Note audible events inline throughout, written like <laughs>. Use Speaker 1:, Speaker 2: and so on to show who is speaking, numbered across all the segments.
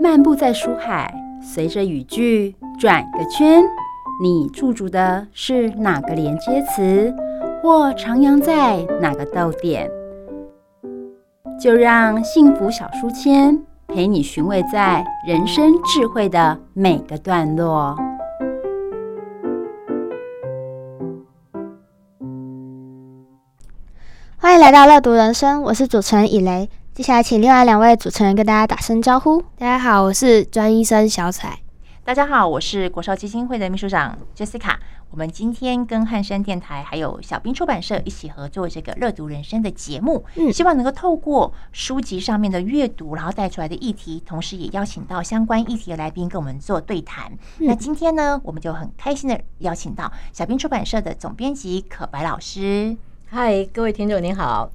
Speaker 1: 漫步在书海，随着语句转个圈，你驻足的是哪个连接词，或徜徉在哪个逗点？就让幸福小书签陪你寻味在人生智慧的每个段落。
Speaker 2: 欢迎来到乐读人生，我是主持人以雷。接下来，请另外两位主持人跟大家打声招呼。
Speaker 3: 大家好，我是专医生小彩。
Speaker 4: 大家好，我是国少基金会的秘书长 Jessica。我们今天跟汉山电台还有小兵出版社一起合作这个“热读人生”的节目，
Speaker 3: 嗯
Speaker 4: 希望能够透过书籍上面的阅读，然后带出来的议题，同时也邀请到相关议题的来宾跟我们做对谈。那今天呢，我们就很开心的邀请到小兵出版社的总编辑可白老师。
Speaker 5: 嗨，各位听众您好，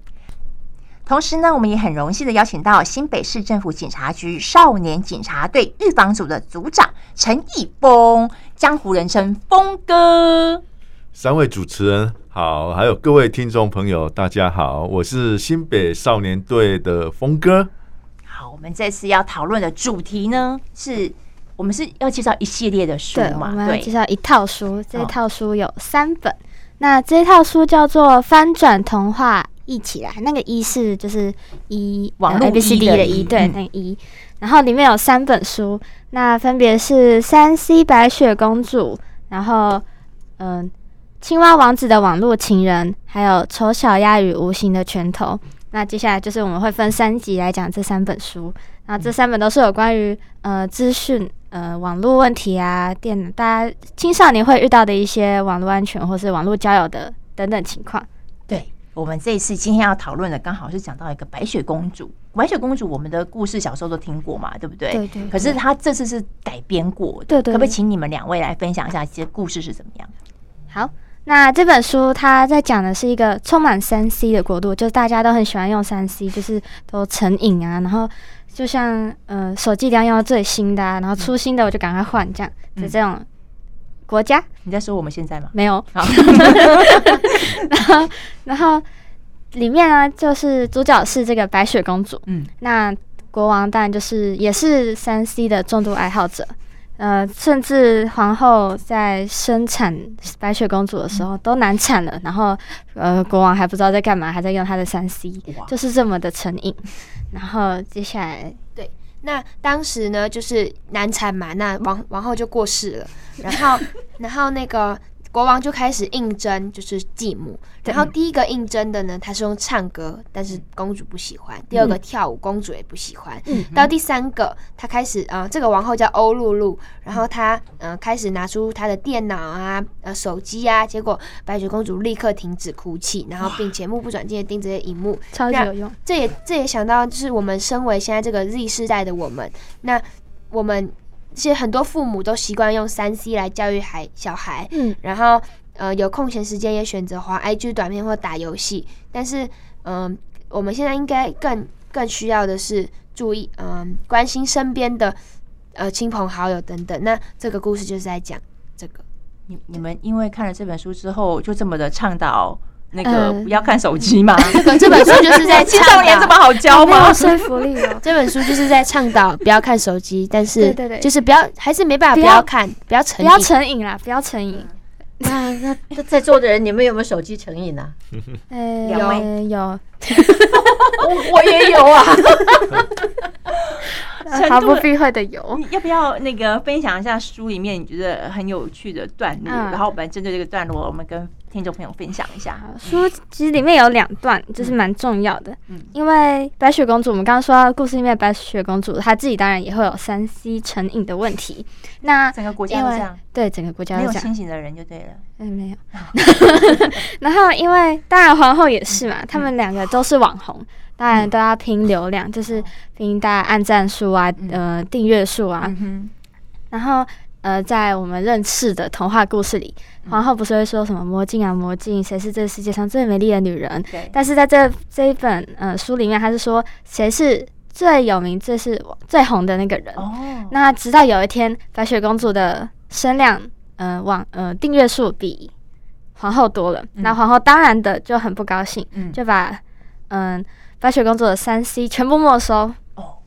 Speaker 4: 同时呢，我们也很荣幸的邀请到新北市政府警察局少年警察队预防组的组长陈义峰，江湖人称峰哥。
Speaker 6: 三位主持人好，还有各位听众朋友，大家好，我是新北少年队的峰哥。
Speaker 4: 好，我们这次要讨论的主题呢，是我们是要介绍一系列的书
Speaker 2: 对，我
Speaker 4: 嘛？
Speaker 2: 们要介
Speaker 4: 对，
Speaker 2: 绍一套书，这一套书有三本。那这一套书叫做《翻转童话一起来》，那个一是就是一呃
Speaker 4: 网络
Speaker 2: A B C D
Speaker 4: 一的
Speaker 2: 的一，
Speaker 4: 一
Speaker 2: 对，
Speaker 4: 嗯
Speaker 2: 那个一。然后里面有三本书，那分别是《三 C 白雪公主》，然后嗯、青蛙王子的网络情人》，还有《丑小鸭与无形的拳头》。那接下来就是我们会分三集来讲这三本书，那这三本都是有关于呃资讯、呃网络问题啊、电大家青少年会遇到的一些网络安全或是网络交友的等等情况。
Speaker 4: 对。我们这一次今天要讨论的，刚好是讲到一个白雪公主。白雪公主，我们的故事小时候都听过嘛，对不对？
Speaker 2: 对对
Speaker 4: 可是她这次是改编过的，
Speaker 2: 对对
Speaker 4: 可不可以
Speaker 2: 对
Speaker 4: 请你们两位来分享一下这故事是怎么样？
Speaker 2: 好，那这本书它在讲的是一个充满三 C 的国度，就是大家都很喜欢用三 C，就是都成瘾啊，然后就像呃手机一定要用到最新的啊，然后出新的我就赶快换这样的
Speaker 4: 嗯
Speaker 2: 这种国家。
Speaker 4: 你在说我们现在吗？
Speaker 2: 没有。
Speaker 4: 好
Speaker 2: <laughs> 然后，然后里面呢，就是主角是这个白雪公主，
Speaker 4: 嗯，
Speaker 2: 那国王当然就是也是三 C 的重度爱好者。呃，甚至皇后在生产白雪公主的时
Speaker 4: 嗯
Speaker 2: 候都难产了，然后呃，国王还不知道在干嘛，还在用他的三 C，
Speaker 4: 哇
Speaker 2: 就是这么的成瘾。然后接下来
Speaker 3: 那当时呢，就是难产嘛，那王王后就过世了，然后然后那个国王就开始应征，就是继母。然后第一个应征的呢，他是用唱歌，但是公主不喜欢；第二个跳舞，公主也不喜欢。到第三个，他开始啊、呃这个王后叫欧露露，然后她呃开始拿出她的电脑啊、呃手机啊，结果白雪公主立刻停止哭泣，然后并且目不转睛的盯着这些荧幕，
Speaker 2: 超级有用，
Speaker 3: 这也这也想到，就是我们身为现在这个 Z 世代的我们，那我们其实很多父母都习惯用三 C 来教育孩小孩，
Speaker 2: <laughs> 嗯，
Speaker 3: 然后呃有空闲时间也选择滑 IG 短片或打游戏，但是嗯、我们现在应该更更需要的是注意嗯、关心身边的呃亲朋好友等等。那这个故事就是在讲这个，
Speaker 4: 你你们因为看了这本书之后，就这么的倡导那个
Speaker 2: 呃
Speaker 4: 不要看手机吗？
Speaker 3: 这个这本书就
Speaker 4: <laughs>
Speaker 3: 是在
Speaker 4: 青
Speaker 3: 倡
Speaker 4: 少年这么
Speaker 3: 导。。
Speaker 4: 好教
Speaker 2: 没
Speaker 4: 吗
Speaker 2: <laughs> 有？说服力哦
Speaker 3: 这本书就是在倡导不要看手机，但是
Speaker 2: <laughs> 对对对
Speaker 3: 就是不要，还是没办法
Speaker 2: 不
Speaker 3: 不
Speaker 2: 要
Speaker 3: 要看，不要
Speaker 2: 不
Speaker 3: 成
Speaker 2: 要
Speaker 3: 瘾。
Speaker 2: 成瘾啦，不要成瘾。
Speaker 5: 那那那在座的人，你们有没有手机成瘾啊？
Speaker 2: 呃，
Speaker 4: 两位
Speaker 2: 有，
Speaker 5: 我我也有啊。
Speaker 2: <laughs>
Speaker 4: 程
Speaker 2: 毫
Speaker 4: 度
Speaker 2: 不
Speaker 4: 的
Speaker 2: 避讳的有。
Speaker 4: <laughs> 你要不要那个分享一下书里面你觉得很有趣的段落？
Speaker 2: 嗯
Speaker 4: 然后我们针对这个段落，我们跟听众朋友分享一下。
Speaker 2: 好书其实里面有两段，就是蛮重要的。
Speaker 4: 嗯
Speaker 2: 因为白雪公主，我们刚刚说到故事里面的白雪公主，她自己当然也会有三 C 成瘾的问题。那
Speaker 4: 整个国家都这样，
Speaker 2: 对整个国家
Speaker 4: 没
Speaker 2: 都
Speaker 4: 有
Speaker 2: 这样，
Speaker 4: 清醒的人就对了。
Speaker 2: 嗯，
Speaker 4: <laughs>
Speaker 2: 没有。 <laughs> 然后，因为当然皇后也是
Speaker 4: 嗯
Speaker 2: 嘛，他们两个都是网红，当然都要拼流量，
Speaker 4: 嗯
Speaker 2: 就是拼大家按赞数啊，呃，订阅数啊，
Speaker 4: 哼，
Speaker 2: 然后呃，在我们认识的童话故事里，
Speaker 4: 嗯
Speaker 2: 皇后不是会说什么魔镜啊魔镜，谁是这个世界上最美丽的女人？
Speaker 4: 对，
Speaker 2: 但是在这这一本呃书里面，她是说谁是最有名、最是最红的那个人。
Speaker 4: 哦，
Speaker 2: 那直到有一天，白雪公主的声量，呃，网呃订阅数比皇后多了，那皇后当然的就很不高兴，
Speaker 4: 嗯
Speaker 2: 就把嗯、白雪公主的三 C 全部没收。
Speaker 4: 哦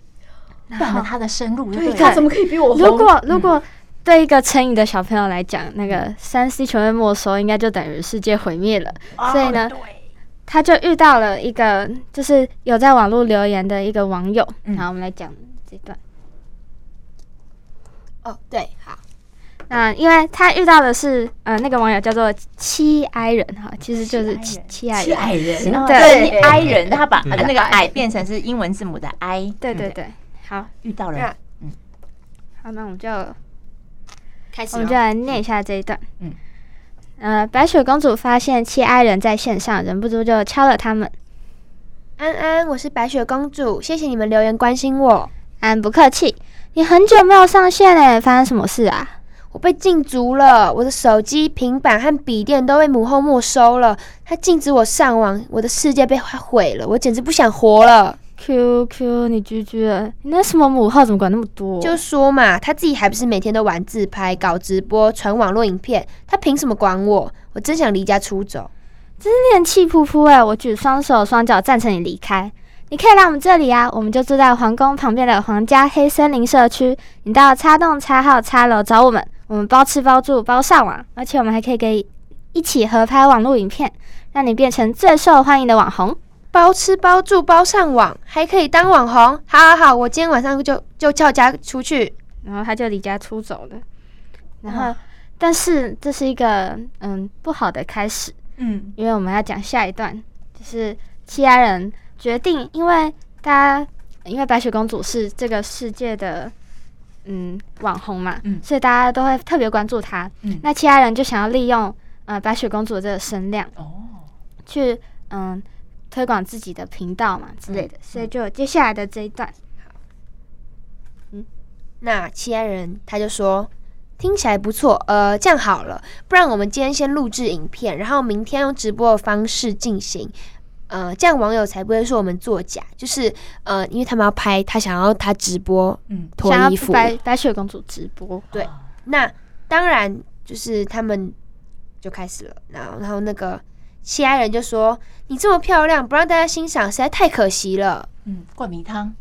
Speaker 4: 断了他的生路，对
Speaker 5: 对
Speaker 4: 不
Speaker 5: 他
Speaker 4: 对？
Speaker 5: 怎么可以比我红？
Speaker 2: 如果如果对一个成瘾的小朋友来讲，那个三 C 全被没收，应该就等于世界毁灭了。所以呢，他就遇到了一个就是有在网络留言的一个网友，
Speaker 4: 嗯
Speaker 2: 然后我们来讲这段。
Speaker 3: 哦，对，好，
Speaker 2: 那因为他遇到的是呃那个网友叫做七 I 人哈，其实就是
Speaker 4: 七 I
Speaker 2: 七
Speaker 4: 人
Speaker 2: 七 I
Speaker 5: 是
Speaker 2: 人，
Speaker 5: 矮人，
Speaker 4: 哦
Speaker 2: 对
Speaker 4: 所以 i 人，他把
Speaker 6: 嗯
Speaker 4: 那个 i 变成是英文字母的 i，
Speaker 2: 对对
Speaker 4: 嗯，
Speaker 2: 对。好，
Speaker 4: 遇到
Speaker 3: 那
Speaker 4: 了，
Speaker 2: 好，那我们就
Speaker 3: 开始
Speaker 2: 我
Speaker 3: 咯
Speaker 2: 们就来念一下这一段。
Speaker 4: 嗯
Speaker 2: 嗯，呃，白雪公主发现七 I 人在线上，忍不住就敲了他们。
Speaker 3: 安安，我是白雪公主，谢谢你们留言关心我。
Speaker 2: 安不客气，你很久没有上线嘞，发生什么事啊？
Speaker 3: 我被禁足了，我的手机、平板和笔电都被母后没收了。他禁止我上网，我的世界被他毁了，我简直不想活了。
Speaker 2: Q Q，你居居了，你那什么母后怎么管那么多？
Speaker 3: 就说嘛，他自己还不是每天都玩自拍、搞直播、传网络影片，他凭什么管我？我真想离家出走。
Speaker 2: 念气扑扑哎！我举双手双脚赞成你离开。你可以来我们这里啊，我们就住在皇宫旁边的皇家黑森林社区。你到叉洞叉号叉楼找我们，我们包吃包住包上网，而且我们还可以给你一起合拍网络影片，让你变成最受欢迎的网红。
Speaker 3: 包吃包住包上网，还可以当网红。好好好，我今天晚上就就叫家出去。
Speaker 2: 然后他就离家出走了。然后，但是这是一个嗯不好的开始。
Speaker 4: 嗯，
Speaker 2: 因为我们要讲下一段，就是七家人决定，因为大家因为白雪公主是这个世界的嗯网红嘛，
Speaker 4: 嗯
Speaker 2: 所以大家都会特别关注她。
Speaker 4: 嗯
Speaker 2: 那七家人就想要利用呃白雪公主的这个声量
Speaker 4: 哦，
Speaker 2: 去嗯推广自己的频道嘛之类的，
Speaker 4: 嗯
Speaker 2: 所以就有接下来的这一段，
Speaker 3: 那其他人他就说。听起来不错，呃，这样好了，不然我们今天先录制影片，然后明天用直播的方式进行，呃，这样网友才不会说我们作假，就是呃，因为他们要拍，他想要他直播
Speaker 4: 嗯，
Speaker 3: 脱
Speaker 2: 想
Speaker 3: 衣
Speaker 2: 要
Speaker 3: 服，
Speaker 2: 白白雪公主直播，
Speaker 3: 对那当然就是他们就开始了，然后然后那个其他人就说：“你这么漂亮，不让大家欣赏实在太可惜了。
Speaker 4: 嗯，灌迷汤，”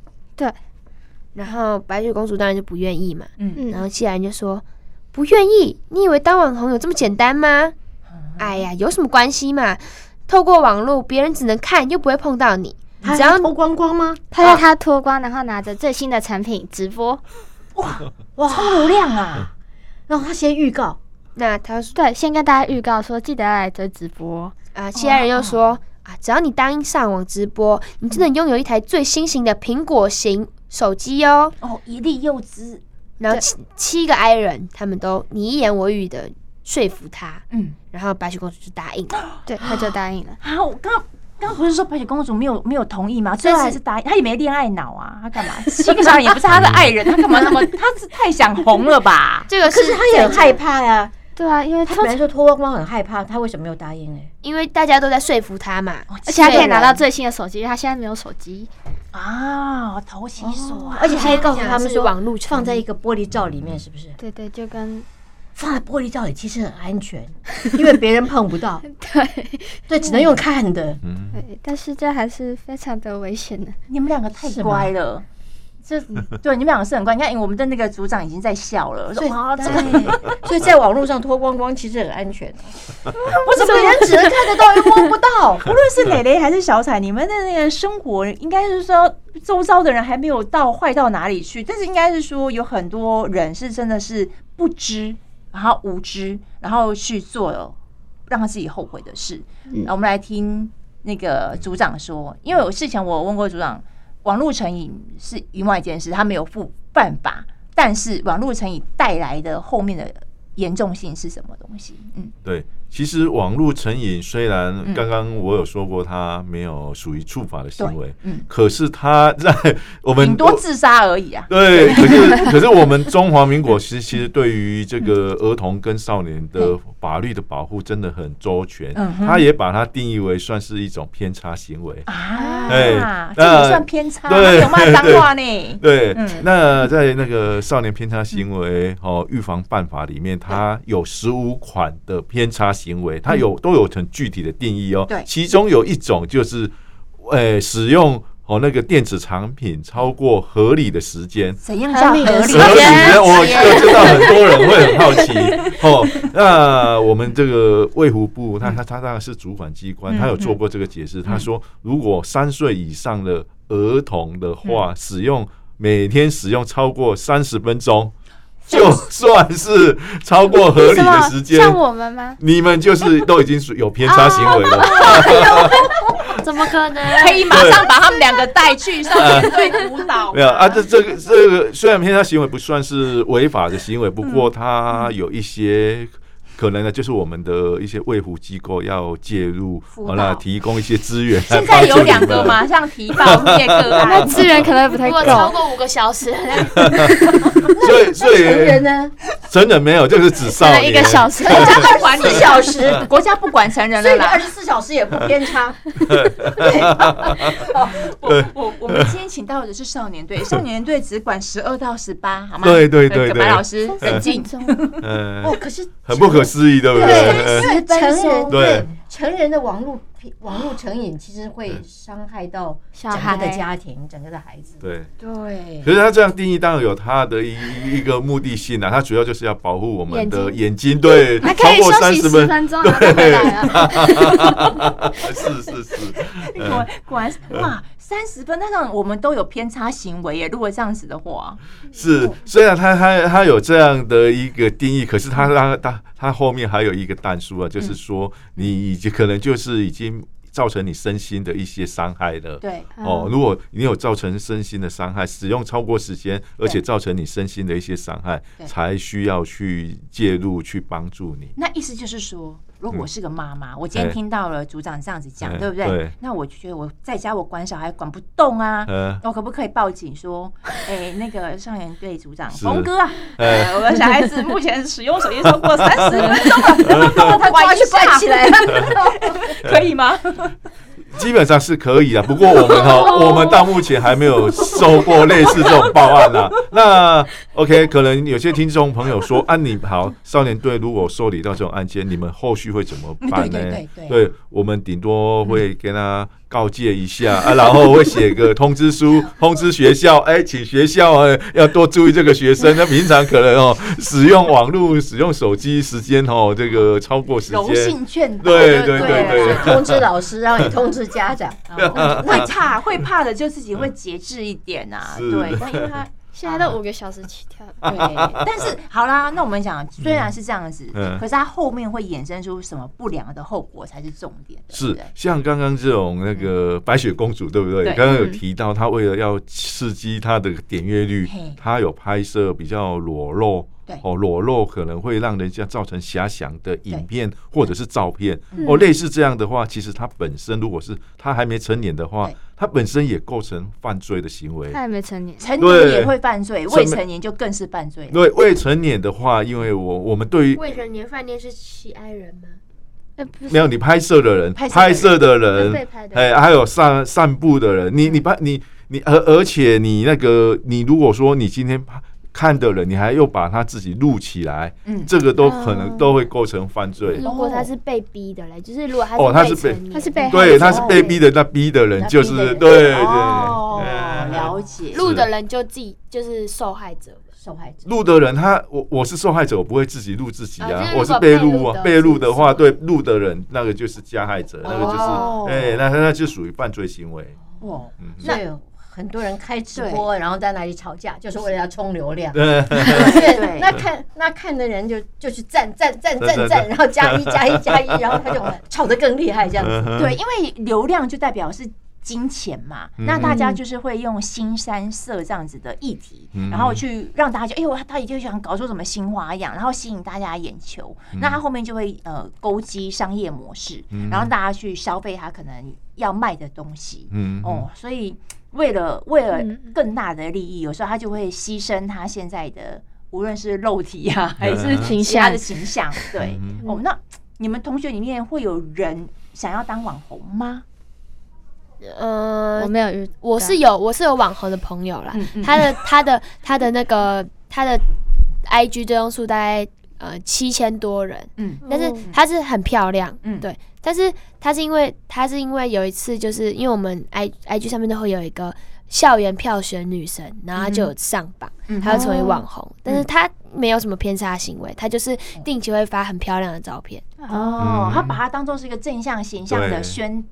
Speaker 3: 然后白雪公主当然就不愿意嘛，
Speaker 4: 嗯，
Speaker 3: 然
Speaker 2: 嗯，
Speaker 3: 后其他人就说：“不愿意？你以为当网红有这么简单吗？
Speaker 5: 啊
Speaker 3: 哎呀，有什么关系嘛？透过网络，别人只能看又不会碰到你，
Speaker 5: 他
Speaker 3: 只要
Speaker 5: 要脱光光吗？
Speaker 2: 拍到她脱光，然后拿着最新的产品直播，
Speaker 4: 充流量啊，
Speaker 5: 然后他先预告，
Speaker 3: 那他说
Speaker 2: 对，先跟大家预告说记得要来追直播哦。
Speaker 3: 啊，其他人又说
Speaker 5: 哦
Speaker 3: 啊，只要你答应上网直播，你就能拥有一台最新型的苹果型手机哦。”
Speaker 4: 哦，一粒柚汁，
Speaker 3: 然后
Speaker 2: 对
Speaker 3: 七七个 I 人，他们都你一言我语的说服他，
Speaker 4: 嗯，
Speaker 3: 然后白雪公主就答应了。
Speaker 2: 对，他就答应了。
Speaker 4: 啊，我刚刚刚不是说白雪公主没有没有同意吗？最后还是答应，她也没恋爱脑啊，她干嘛？七个小孩也不是她的爱人，她干嘛那 <laughs> 么？她是太想红了吧？
Speaker 3: 这个
Speaker 5: 可是他也很害怕呀。
Speaker 2: 对啊，因为
Speaker 5: 他
Speaker 2: 通
Speaker 5: 本来说脱光光很害怕，他为什么没有答应？哎，
Speaker 3: 因为大家都在说服他嘛，
Speaker 5: 哦
Speaker 2: 而且他可以
Speaker 3: 人
Speaker 2: 拿到最新的手机，因为他现在没有手机。
Speaker 4: 啊，投其所好，
Speaker 5: 而且他还告诉他们
Speaker 3: 是
Speaker 5: 说，
Speaker 3: 网络
Speaker 5: 放在一个玻璃罩里面，是不是？
Speaker 2: 对对，就跟
Speaker 5: 放在玻璃罩里其实很安全，因为别人碰不到。
Speaker 2: 对
Speaker 5: 对，只能用看的。
Speaker 6: 嗯，
Speaker 2: 对，但是这还是非常的危险的。
Speaker 4: 你们两个太
Speaker 5: 是吗
Speaker 4: 乖了。这对你们两个是很乖，你看哎我们的那个组长已经在笑了，
Speaker 5: 所
Speaker 4: 说
Speaker 5: 以
Speaker 4: 哇，这个
Speaker 5: 对，所以在网络上脱光光其实很安全，啊
Speaker 4: 为什么
Speaker 5: 别人只能看得到又摸不到。
Speaker 4: 无论是蕾蕾还是小彩，你们的那个生活，应该是说周遭的人还没有到坏到哪里去，但是应该是说有很多人是真的是不知，然后无知，然后去做让他自己后悔的事。然后我们来听那个组长说，因为我事前我问过组长，网络成瘾是另外一件事，他没有负犯法，但是网络成瘾带来的后面的严重性是什么东西？嗯
Speaker 6: 对。其实网络成瘾虽然刚刚我有说过，它没有属于触法的行为，
Speaker 4: 嗯，
Speaker 6: 可是它在我们
Speaker 4: 顶多自杀而已啊。
Speaker 6: 对，可是可是我们中华民国其实其实对于这个儿童跟少年的法律的保护真的很周全，
Speaker 4: 嗯哼
Speaker 6: 他也把它定义为算是一种偏差行为。
Speaker 4: 啊
Speaker 6: 哎，
Speaker 4: 这也
Speaker 6: 那
Speaker 4: 算偏差，
Speaker 6: 对
Speaker 4: 他有骂脏话呢。
Speaker 6: 对，
Speaker 4: 嗯
Speaker 6: 那在那个少年偏差行为哦预防办法里面，它有十五款的偏差行为，它有都有很具体的定义哦。
Speaker 4: 嗯对
Speaker 6: 其中有一种就是，呃，使用哦，那个电子产品超过合理的时间，
Speaker 7: 怎样叫合理
Speaker 2: 合理
Speaker 6: 合理
Speaker 7: 间
Speaker 6: 呢？我就知道很多人会很好奇 <laughs> 哦。那我们这个卫福部，他他他当然是主管机关，
Speaker 2: 嗯
Speaker 6: 他有做过这个解释，他说如果三岁以上的儿童的
Speaker 2: 嗯
Speaker 6: 话，使用每天使用超过三十分钟，就算是超过合理
Speaker 2: 什么
Speaker 6: 的时间，
Speaker 2: 像我啊们吗？
Speaker 6: 你们就是都已经属有偏差行为了。
Speaker 2: 怎么可能？ <laughs>
Speaker 4: 可以马上把他们两个带去上面对舞蹈。
Speaker 6: 没有啊，这这个这个虽然偏差行为不算是违法的行为，不过它有一些。可能呢，就是我们的一些卫福机构要介入，好了，提供一些资源。
Speaker 4: 现在有两个？马上提报 <laughs> 那个
Speaker 2: 那
Speaker 4: 案，
Speaker 2: 资源可能不太
Speaker 3: 如果超
Speaker 2: 够。
Speaker 3: 过五个小 <laughs> 时，
Speaker 6: 所以所以
Speaker 5: 成人呢？
Speaker 6: 成人没有，就是指少
Speaker 2: 了
Speaker 6: 年。
Speaker 2: 一个小时，
Speaker 4: 国家不管你
Speaker 5: 四小时，
Speaker 4: <laughs> 国家不管成人
Speaker 5: 所
Speaker 4: 了
Speaker 5: 以
Speaker 4: 啦。
Speaker 5: 二十四小时也不偏差。
Speaker 6: 对
Speaker 4: 呃我我我们今天请到的是少年队，少年队只管十二到十八，好吗？
Speaker 6: 对对对
Speaker 4: 葛
Speaker 6: 对
Speaker 4: 白老师
Speaker 2: <laughs>
Speaker 4: 冷静。
Speaker 6: 嗯，
Speaker 5: <laughs> 哦，可是
Speaker 6: 很不可思议，对嗯不对？
Speaker 5: 因为成人
Speaker 6: 对
Speaker 5: 对成人的网络频网络成瘾，其实会伤害到
Speaker 2: 小
Speaker 5: 整个的
Speaker 2: 孩
Speaker 5: 家庭、整个的孩子。
Speaker 6: 对。
Speaker 5: 对
Speaker 6: 可是他这样定义当然有他的一一个目的性啊，他主要就是要保护我们的眼睛，对，
Speaker 2: 还
Speaker 6: 超
Speaker 2: 可以
Speaker 6: 过
Speaker 2: 休
Speaker 6: 三
Speaker 2: 息
Speaker 6: 十
Speaker 2: 十分钟，然后再回来 <laughs> 了。
Speaker 6: 是是是，
Speaker 4: <laughs>
Speaker 6: 嗯
Speaker 4: 果果然是哇，三十分，那让我们都有偏差行为耶。如果这样子的话，
Speaker 6: 是，虽然他他他有这样的一个定义，可是他他他他后面还有一个弹书啊，就是说你已经可能就是已经造成你身心的一些伤害了。
Speaker 4: 对，啊
Speaker 6: 哦，如果你有造成身心的伤害，使用超过时间，而且造成你身心的一些伤害，
Speaker 4: 对
Speaker 6: 才需要去介入去帮助你。
Speaker 4: 那意思就是说，如果我是个妈妈，我今
Speaker 6: 哎
Speaker 4: 天听到了组长这样子
Speaker 6: 哎
Speaker 4: 讲，对不
Speaker 6: 对
Speaker 4: 对？那我就觉得我在家我管小孩管不动啊，
Speaker 6: 呃，
Speaker 4: 我可不可以报警说，哎，那个少年队组长
Speaker 6: 是
Speaker 4: 冯哥啊，
Speaker 6: 哎
Speaker 4: 呃，我的小孩子目前使用手机超过三十分钟
Speaker 6: <laughs>
Speaker 4: 了，帮我他抓去关起
Speaker 6: 哎
Speaker 4: 来，可以吗？
Speaker 6: <laughs> 基本上是可以的，不过我们哈，
Speaker 4: <laughs>
Speaker 6: 我们到目前还没有收过类似这种报案啦。那 OK，可能有些听众朋友说，啊，你好，少年队如果受理到这种案件，你们后续会怎么办呢？
Speaker 4: 对对对
Speaker 6: 对我们顶多会跟他告诫一下、 <laughs> 啊，然后会写个通知书，通知学校，哎，请学校呃要多注意这个学生。那平常可能哦，使用网络、使用手机时间哦，这个超过时
Speaker 4: 柔
Speaker 6: 间，
Speaker 4: 性劝导，
Speaker 6: 对
Speaker 4: 不
Speaker 6: 对对
Speaker 4: 啊
Speaker 6: 对
Speaker 5: 通知老师，让你通知家长。
Speaker 4: 会怕会怕的，就自己会节制一点啊。
Speaker 6: 是
Speaker 4: 对，但因为他
Speaker 2: 现在都五个小时起跳，
Speaker 4: 对，但是好啦，那我们讲，虽然是这样子，
Speaker 6: 嗯
Speaker 4: 可是它后面会衍生出什么不良的后果才是重点。对
Speaker 6: 是
Speaker 4: 不对嗯
Speaker 6: 像刚刚这种那个白雪公主，对不对？
Speaker 4: 对
Speaker 6: 刚刚有提到，她为了要刺激她的点阅率
Speaker 4: 嘿，
Speaker 6: 她有拍摄比较裸露
Speaker 4: 对。
Speaker 6: 哦，裸露可能会让人家造成遐想的影
Speaker 4: 对嗯
Speaker 6: 片或者是照片。哦，类似这样的话，其实她本身如果是她还没成年的话
Speaker 4: 对，
Speaker 6: 她本身也构成犯罪的行为
Speaker 2: 他。还没成年。
Speaker 4: 成
Speaker 6: 对
Speaker 4: 年也会犯罪，
Speaker 6: 什么
Speaker 4: 未成年就更是犯罪了。
Speaker 6: 对未成年的话，因为我我们对于
Speaker 3: 未成年饭店是西安人吗？
Speaker 2: 呃，不
Speaker 6: 没
Speaker 2: 是，
Speaker 6: 有你拍摄的人，
Speaker 4: 拍摄的
Speaker 6: 拍摄的人，
Speaker 2: 被拍的
Speaker 6: 哎，还有散散步的人，你你把你你而而且你那个你如果说你今天看的人，你还又把他自己录起来，
Speaker 4: 嗯
Speaker 6: 这个都可能
Speaker 2: 哦
Speaker 6: 都会构成犯罪。
Speaker 8: 如果他是被逼的嘞，就是如果他
Speaker 6: 哦他是
Speaker 8: 是未
Speaker 6: 被
Speaker 8: 成年
Speaker 2: 他是被
Speaker 6: 对，他是
Speaker 4: 哦
Speaker 6: 被逼的，那逼的人
Speaker 5: 那
Speaker 6: 就
Speaker 5: 逼
Speaker 6: 是
Speaker 5: 的
Speaker 6: 对
Speaker 5: 人
Speaker 6: 对，
Speaker 4: 哦，
Speaker 6: 哎
Speaker 4: 了解。
Speaker 8: 录的人就自己就是受害者嘛。
Speaker 5: 受害者
Speaker 6: 录的人他我我是受害者，我不会自己录自己
Speaker 8: 啊就
Speaker 6: 啊
Speaker 8: 是，如
Speaker 6: 我
Speaker 8: 果
Speaker 6: 是被录啊，
Speaker 8: 被
Speaker 6: 被
Speaker 8: 录的
Speaker 6: 录的话，
Speaker 8: 自
Speaker 6: 对录的人那个就是加害者，那个
Speaker 4: 哦
Speaker 6: 就是哎，那那就属于犯罪行为。
Speaker 4: 哇，
Speaker 6: 嗯
Speaker 5: 所以很多人开直播，然后在那里吵架，就是为了要冲流量。对，那看那看的人就就是赞赞赞
Speaker 6: 对对
Speaker 5: 赞赞，然后加
Speaker 6: <laughs>
Speaker 5: 一加一加一，然后他 <laughs> 就吵得更厉害这样
Speaker 6: 嗯
Speaker 5: 子。
Speaker 4: 对，因为流量就代表是金钱嘛，
Speaker 6: 嗯
Speaker 4: 那大家就是会用新三色这样子的议题，
Speaker 6: 嗯
Speaker 4: 然后去让大家，哎、我他也就想搞出什么新花样，然后吸引大家眼球，那他后面就会呃勾机商业模式，
Speaker 6: 嗯
Speaker 4: 然后大家去消费他可能要卖的东西，
Speaker 6: <laughs> 嗯
Speaker 4: 哦，所以为了为了
Speaker 2: 嗯嗯
Speaker 4: 更大的利益，有时候他就会牺牲他现在的。无论是肉体
Speaker 6: <laughs>
Speaker 4: 啊，还是
Speaker 6: 嗯
Speaker 4: 其他的形象，对，
Speaker 6: 嗯
Speaker 4: 哦，那你们同学里面会有人想要当网红吗？
Speaker 3: 呃
Speaker 2: 我，没有遇到，
Speaker 3: 我是有我是有网红的朋友啦，
Speaker 4: 嗯嗯
Speaker 3: 他的他的他的那个他的 IG 追踪数大概呃七千多人，
Speaker 4: 嗯
Speaker 3: 嗯，但是她是很漂亮，
Speaker 4: 嗯
Speaker 3: 嗯，对，但是她是因为她是因为有一次就是因为我们 i i g 上面都会有一个校园票选女神，然后她就有上榜，
Speaker 4: 嗯
Speaker 3: 她就成为网红，但是她没有什么偏差行为，她就是定期会发很漂亮的照片，
Speaker 4: 哦
Speaker 6: 嗯，
Speaker 4: 他把它当做是一个正向形象的
Speaker 6: 对
Speaker 4: 宣，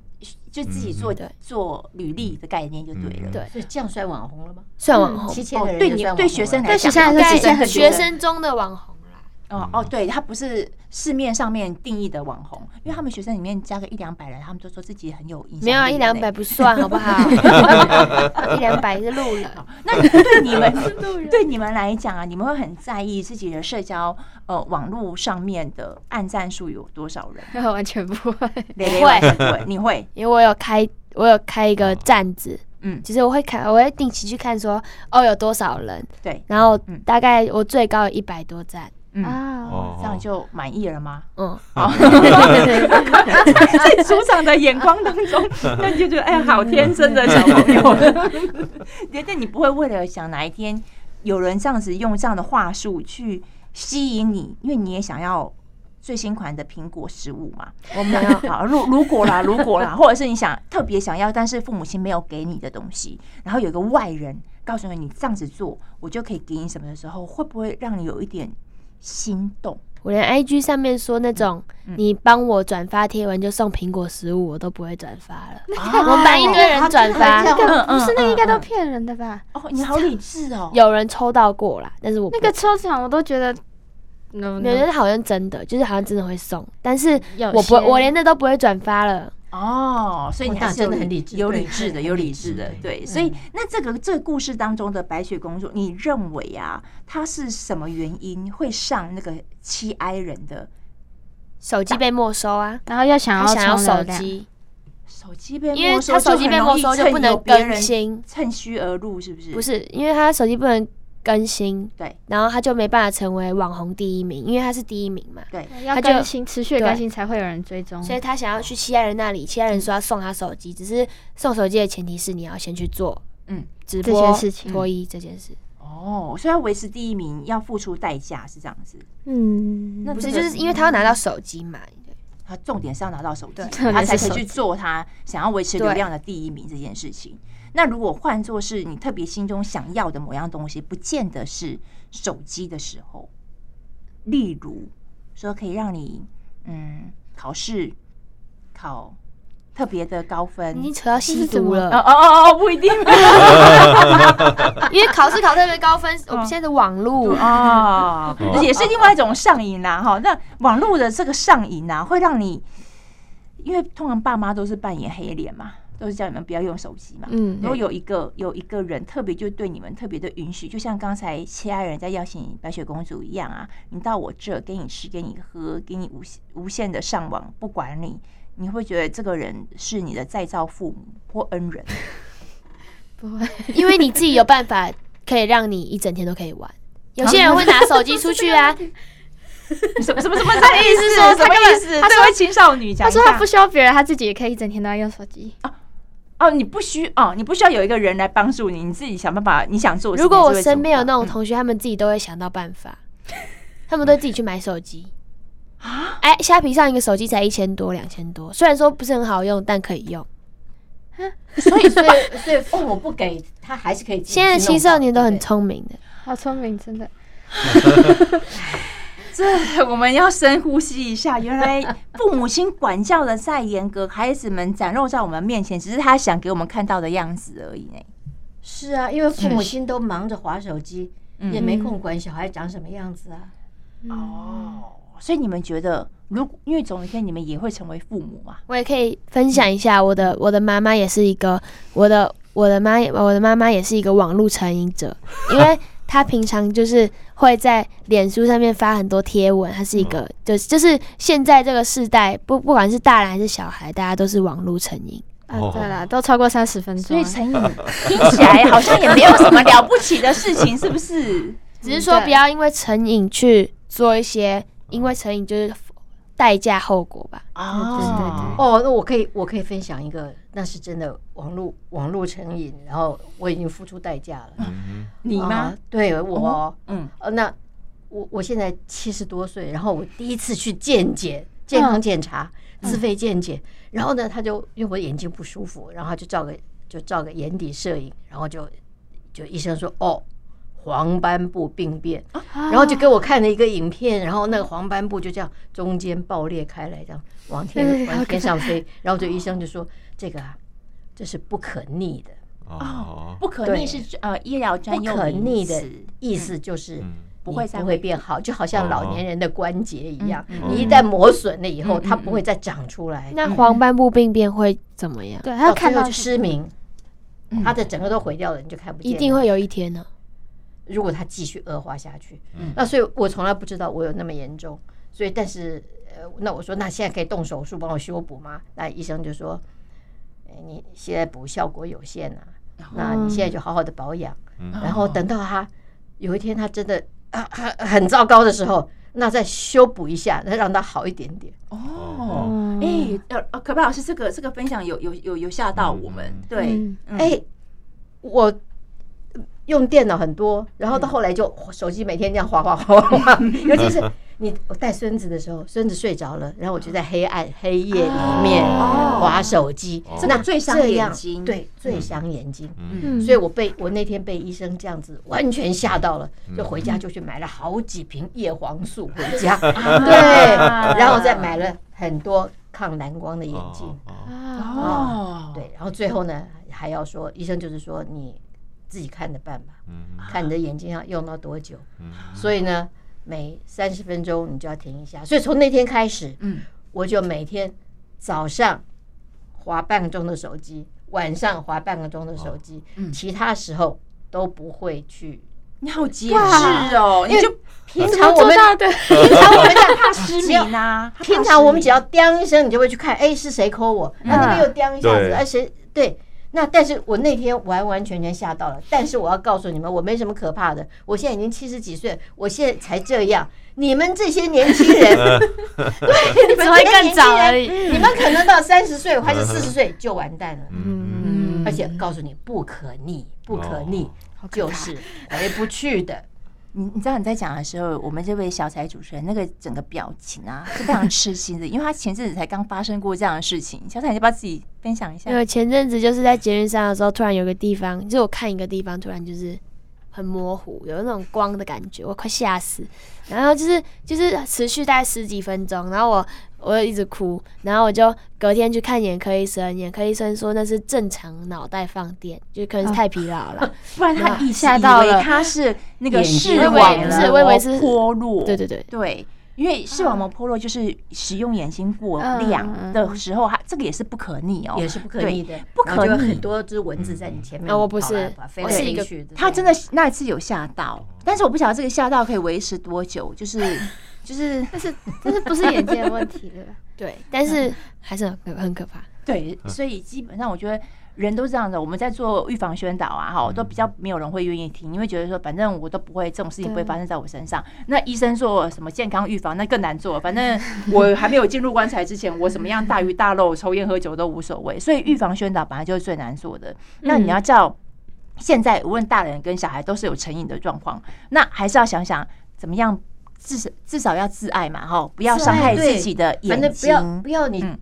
Speaker 4: 就自己做
Speaker 3: 嗯
Speaker 4: 做履历的概念就对了。
Speaker 6: 嗯
Speaker 3: 对
Speaker 5: 所以这样算网红了吗？
Speaker 3: 算网红，
Speaker 5: 七千个人
Speaker 4: 对
Speaker 5: 就
Speaker 4: 你
Speaker 5: 算网红
Speaker 4: 对
Speaker 5: 了
Speaker 4: 学生来
Speaker 2: 对学
Speaker 4: 讲，
Speaker 2: 生来说
Speaker 4: 大概
Speaker 2: 其实很
Speaker 3: 学生中的网红啦，
Speaker 4: 哦哦，对，他不是市面上面定义的网红，因为他们学生里面加个一两百人，他们都说自己很有影响力。
Speaker 3: <laughs> 没有啊一两百
Speaker 4: 对
Speaker 3: 不算好不 <laughs> 好？一两百是路人，
Speaker 4: 不对。那对你们 <laughs> 对你们来讲啊，你们会很在意自己的社交呃网络上面的按赞数有多少人？
Speaker 2: 完全不会。
Speaker 4: 蕾蕾完全不会，你会
Speaker 3: 因为我有开我有开一个站子，
Speaker 4: 嗯
Speaker 3: 就是我会看，我会定期去看说哦有多少人，
Speaker 4: 对，
Speaker 3: 然后
Speaker 4: 嗯
Speaker 3: 大概我最高有一百多站，
Speaker 4: 嗯，
Speaker 2: 啊，
Speaker 6: 哦
Speaker 4: 这样就满意了吗？
Speaker 3: 嗯， <laughs>
Speaker 4: 在组长的眼光当
Speaker 6: <laughs>
Speaker 4: 中，那你就觉得哎呀，好天真的小朋友。但但你不会为了想哪一天有人这样子用这样的话术去吸引你，因为你也想要最新款的苹果十五嘛。
Speaker 3: 我没有，
Speaker 4: <laughs> 好，如如果啦，如果啦， <laughs> 或者是你想特别想要，但是父母亲没有给你的东西，然后有个外人告诉你你这样子做，我就可以给你什么的时候，会不会让你有一点心动？
Speaker 3: 我连 IG 上面说那种
Speaker 4: 嗯
Speaker 3: 你帮我转发贴文就送苹果十五，我都不会转发了，
Speaker 4: 我
Speaker 3: 我们班一堆人转发，
Speaker 5: 这样
Speaker 4: 嗯嗯
Speaker 2: 哎不是那个应该
Speaker 4: 嗯
Speaker 2: 都
Speaker 4: 嗯
Speaker 2: 骗人的吧？
Speaker 4: 哦，你好理智哦，
Speaker 3: 有人抽到过啦，但是我
Speaker 2: 那
Speaker 3: 不
Speaker 2: 个抽奖我都觉得，嗯有
Speaker 3: 没有，就是好像真的，就是好像真的会送，但是
Speaker 2: 哦有
Speaker 3: 我不，
Speaker 2: 些
Speaker 3: 我连那都不会转发了。
Speaker 4: 哦，所以
Speaker 5: 我
Speaker 4: 你还
Speaker 5: 打
Speaker 4: 是有
Speaker 5: 真的很
Speaker 4: 理
Speaker 5: 理智
Speaker 4: 有
Speaker 5: 对
Speaker 4: 理智的，
Speaker 5: 很
Speaker 4: 有
Speaker 5: 理
Speaker 4: 理
Speaker 5: 智
Speaker 4: 智的，
Speaker 5: 对
Speaker 4: 对。所以
Speaker 5: 嗯
Speaker 4: 那这个这个故事当中的白雪公主，你认为啊，她是什么原因会上那个七 I 人的
Speaker 3: 手机被没收啊，
Speaker 2: 然后又想
Speaker 3: 他
Speaker 2: 要
Speaker 3: 想要
Speaker 2: 充流
Speaker 3: 手
Speaker 2: 量，
Speaker 3: 机，
Speaker 4: 手机被
Speaker 3: 因为
Speaker 4: 没收，
Speaker 3: 他手机被没收
Speaker 4: 就
Speaker 3: 就
Speaker 4: 很容易
Speaker 3: 不
Speaker 4: 趁有
Speaker 3: 能
Speaker 4: 别人
Speaker 3: 更新，
Speaker 4: 趁虚而入，是不是？
Speaker 3: 不，是因为他手机不能更新，
Speaker 4: 对
Speaker 3: 然后他就没办法成为网红第一名，因为他是第一名嘛，
Speaker 4: 对，
Speaker 2: 要
Speaker 3: 他就
Speaker 2: 更新，持续的
Speaker 3: 对
Speaker 2: 更新才会有人追踪。
Speaker 3: 所以他想要去其他人那里，其他人说要送他手机，只是送手机的前提是你要先去做，
Speaker 4: 嗯
Speaker 3: 嗯，直
Speaker 2: 这
Speaker 3: 播
Speaker 2: 件事情
Speaker 3: 脱衣这件事，
Speaker 4: 哦，所以要维持第一名要付出代价，是这样子。
Speaker 2: 嗯，
Speaker 4: 那
Speaker 3: 不
Speaker 4: 这
Speaker 3: 是
Speaker 4: 个
Speaker 3: 就是因为他要拿到手机嘛，
Speaker 4: 他重点是要拿到手机，
Speaker 2: 点
Speaker 4: 他才可
Speaker 2: 是
Speaker 4: 以
Speaker 2: 手
Speaker 4: 去做他想要维持流量的第一名这件事情。那如果换作是你特别心中想要的某样东西，不见得是手机的时候，例如说可以让你嗯考试考特别的高分，
Speaker 3: 你已经扯到吸毒
Speaker 4: 哦哦
Speaker 3: 了，
Speaker 4: 哦哦，不一定
Speaker 3: <laughs> 因为考试考特别高分，我们现在的网络
Speaker 4: 哦，
Speaker 6: 哦
Speaker 4: 也是另外一种上瘾啦哈。那网络的这个上瘾啊，会让你，因为通常爸妈都是扮演黑脸嘛，都是叫你们不要用手机嘛。
Speaker 2: 嗯
Speaker 4: 如果有一个有一个人特别就对你们特别的允许，就像刚才其他人在邀请白雪公主一样啊，你到我这给你吃，给你喝，给你无限无限的上网，不管你，你会觉得这个人是你的再造父母或恩
Speaker 2: <laughs>
Speaker 4: 人。
Speaker 2: 不会，
Speaker 3: 因为你自己有办法可以让你一整天都可以玩。有些人会拿手机出去啊，
Speaker 4: 什么什么什么？什么意思？
Speaker 2: 说
Speaker 4: 什
Speaker 2: 他
Speaker 4: 么
Speaker 2: 根本
Speaker 4: 意思？
Speaker 2: 他
Speaker 4: 这位青少女
Speaker 2: 他
Speaker 4: 讲一下，
Speaker 2: 说他不需要别人，他自己也可以一整天都在用手机。
Speaker 4: 哦，你不需哦，你不需要有一个人来帮助你，你自己想办法，你想做什么。
Speaker 3: 如果
Speaker 4: 你
Speaker 3: 我
Speaker 4: 就会做
Speaker 3: 身边有那
Speaker 4: 嗯
Speaker 3: 种同学，他们自己都会想到办法，他们都自己去买手机。
Speaker 5: 啊
Speaker 3: 哎，虾皮上一个手机才一千多、两千多，虽然说不是很好用，但可以用。
Speaker 5: 所以所以所以父母不给他还是可以自己去
Speaker 3: 现
Speaker 5: 弄到。
Speaker 3: 在的青少年都很
Speaker 5: 对
Speaker 3: 聪明的，
Speaker 2: 好聪明，真的。
Speaker 4: <laughs> 这我们要深呼吸一下。原来父母亲管教的再严格，孩子们展露在我们面前，只是他想给我们看到的样子而已呢。
Speaker 5: 是啊，因为父母亲都忙着划手机，
Speaker 4: 嗯
Speaker 5: 也没空管小孩长什么样子啊。
Speaker 4: 哦，所以你们觉得，如果因为总有一天你们也会成为父母嘛？
Speaker 3: 我也可以分享一下我的我的妈妈也是一个我的我的妈我的妈妈也是一个网络成瘾者，因为她平常就是会在脸书上面发很多贴文，她是一个就是就是现在这个世代不不管是大人还是小孩，大家都是网络成瘾。
Speaker 2: 啊
Speaker 6: 哦，
Speaker 2: 对啦，都超过三十分
Speaker 4: 所
Speaker 2: 钟
Speaker 4: 以
Speaker 2: 啊。
Speaker 4: 成瘾听起来好像也没有什么了不起的事情，是不是？
Speaker 3: 只是说不要因为成瘾去做一些，因为成瘾就是代价后果吧。
Speaker 4: 哦，
Speaker 5: <laughs> 哦，那我可以，我可以分享一个，那是真的网络网络成瘾，然后我已经付出代价了。
Speaker 6: 嗯
Speaker 4: 你吗
Speaker 5: 啊？？对我，
Speaker 4: 嗯，
Speaker 5: 呃，那我我现在七十多岁，然后我第一次去健检健康检查，
Speaker 4: 嗯
Speaker 5: 自费健检，然后呢，他就因为我眼睛不舒服，然后他就照个就照个眼底摄影，然后就就医生说哦。黄斑部病变，
Speaker 4: 啊
Speaker 5: 然后就给我看了一个影片，然后那个黄斑部就这样中间爆裂开来，这样往
Speaker 4: 哎
Speaker 5: 天往天上飞，然后就医生就说这个啊，这是不可逆的，
Speaker 6: 哦，
Speaker 4: 不可逆
Speaker 5: 对
Speaker 4: 是呃医疗专
Speaker 5: 不
Speaker 4: 用
Speaker 5: 可
Speaker 4: 名
Speaker 5: 逆的
Speaker 4: 词
Speaker 5: 意思就是
Speaker 6: 嗯
Speaker 5: 不
Speaker 4: 会
Speaker 5: 会
Speaker 4: 再
Speaker 5: 不
Speaker 4: 恢
Speaker 5: 会变好，就好像老年人的关节一样，
Speaker 6: 嗯
Speaker 5: 你一旦磨损了以后，
Speaker 4: 嗯嗯
Speaker 5: 它不会再长出来，
Speaker 3: 那黄斑部病变会怎么样？
Speaker 2: 对，还
Speaker 5: 到
Speaker 2: 有
Speaker 5: 最
Speaker 2: 看
Speaker 5: 后
Speaker 2: 到
Speaker 5: 就失明，
Speaker 4: 嗯
Speaker 5: 它的整个都毁掉了，你就看不见
Speaker 3: 一
Speaker 5: 了。
Speaker 3: 定会有一天呢、
Speaker 5: 如果它继续恶化下去，
Speaker 6: 嗯
Speaker 5: 那所以我从来不知道我有那么严重，所以但是呃，那我说那现在可以动手术帮我修补吗？那医生就说，哎你现在补效果有限啊，那你现在就好好的保养，
Speaker 6: 嗯
Speaker 5: 然
Speaker 4: 哦
Speaker 5: 后等到他有一天他真的、啊啊很糟糕的时候，那再修补一下，再让他好一点点。
Speaker 4: 哦。哎，呃，呃可不老师这个这个分享有有有有吓到我们
Speaker 6: 嗯，
Speaker 4: 对，嗯
Speaker 5: 哎、我用电脑很多，然后到后来就手机每天这样划划划
Speaker 4: <laughs>
Speaker 5: 划划，尤其是你我带孙子的时候，孙子睡着了，然后我就在黑
Speaker 4: 哦
Speaker 5: 暗黑夜里面
Speaker 6: 哦
Speaker 5: 划手机，
Speaker 6: 哦
Speaker 5: 那
Speaker 6: 这个
Speaker 4: 最伤
Speaker 5: 这
Speaker 4: 眼
Speaker 5: 样
Speaker 4: 睛
Speaker 5: 对，最伤眼睛。
Speaker 6: 嗯
Speaker 5: 所以我被我那天被医生这样子完全吓到了，就回家就去买了好几瓶叶黄素回家，对，然后再买了很多抗蓝光的眼镜。
Speaker 4: 哦，
Speaker 5: 对，然后最后呢，还要说医生就是说你自己看着办吧，
Speaker 6: 嗯
Speaker 5: 看你的眼睛要用到多久。
Speaker 6: 嗯
Speaker 5: 所以呢，每三十分钟你就要停一下。所以从那天开始，
Speaker 4: 嗯，
Speaker 5: 我就每天早上划半个钟的手机，晚上划半个钟的手机，
Speaker 4: 嗯
Speaker 5: 其他时候都不会去。
Speaker 4: 你好节制哦，你就
Speaker 5: 平常我们
Speaker 8: 的？
Speaker 5: 平常我们这样
Speaker 4: 怕 <laughs> 失明啊，他怕
Speaker 5: 平常我们
Speaker 4: 失
Speaker 5: 只要叮一声，你就会去看，哎，是谁抠我？那那边又叮一下子，
Speaker 6: 对
Speaker 5: 哎，谁对？那但是我那天完完全全吓到了。但是我要告诉你们，我没什么可怕的。我现在已经七十几岁，我现在才这样。你们这些年轻人，对，你们
Speaker 2: 只会
Speaker 5: 这些
Speaker 2: 更
Speaker 5: 年
Speaker 2: 早
Speaker 5: 轻
Speaker 2: 而
Speaker 5: 人，
Speaker 2: 已。
Speaker 5: 你们可能到三十岁还是四十岁就完蛋了。
Speaker 6: 嗯
Speaker 4: 明，
Speaker 5: 而且告诉你，不可逆，不可逆，
Speaker 4: 怕
Speaker 5: 就是回不去的。
Speaker 4: 你你知道你在讲的时候，我们这位小才主持人那个整个表情啊 <laughs> 是非常吃惊的，因为他前阵子才刚发生过这样的事情。小彩，你要不要自己分享一下
Speaker 8: 因？为前阵子就是在捷运上的时候，突然有个地方，就是我看一个地方，突然就是很模糊，有那种光的感觉，我快吓死。然后就是就是持续大概十几分钟，然后我我一直哭，然后我就隔天去看眼科医生，眼科医生说那是正常脑袋放电，就可能是太疲劳
Speaker 3: 啊
Speaker 8: 了。
Speaker 4: 不然他一
Speaker 2: 吓到
Speaker 4: 以
Speaker 2: 了
Speaker 4: 为他是那个
Speaker 5: 眼睛
Speaker 4: 视网
Speaker 8: 不是我以为是
Speaker 4: 剥
Speaker 8: <laughs>
Speaker 4: 落，
Speaker 8: 对对对，
Speaker 4: 对，因为视网膜剥落就是使用眼睛过
Speaker 2: 嗯
Speaker 4: 量的时候，它这个也是不可逆哦，
Speaker 5: 也是不可逆的
Speaker 4: 对，不
Speaker 5: 然后
Speaker 4: 可
Speaker 5: 就有
Speaker 4: 逆
Speaker 5: 很。多只蚊子在你前面
Speaker 8: 啊
Speaker 5: 跑来跑去的。
Speaker 8: 我不是我是一个
Speaker 4: 他真的
Speaker 5: 是
Speaker 4: 是那一次有吓到，但是我不晓得这个吓到可以维持多久，就是就是
Speaker 2: 但是但是不是眼睛的问题对吧？
Speaker 8: 对，但
Speaker 3: 嗯
Speaker 8: 是还是很很可怕。
Speaker 4: 对，
Speaker 5: 嗯
Speaker 4: 所以基本上我觉得人都是这样的。我们在做预防宣导啊，
Speaker 5: 嗯
Speaker 4: 哈，都比较没有人会愿意听，因为觉得说反正我都不会，这种事情不会发生在我身上。那医生做什么健康预防，那更难做。反
Speaker 5: <laughs>
Speaker 4: 正我还没有进入棺材之前，我怎么样大鱼大肉、抽烟喝酒都无所谓。所以预防宣导本来就是最难做
Speaker 5: 嗯
Speaker 4: 的。那你要叫现在无论大人跟小孩都是有成瘾的状况，那还是要想想怎么样。至少至少要自爱嘛，哈，不要伤害自己的眼
Speaker 5: 反正不
Speaker 4: 睛。
Speaker 5: 要不要你
Speaker 4: 嗯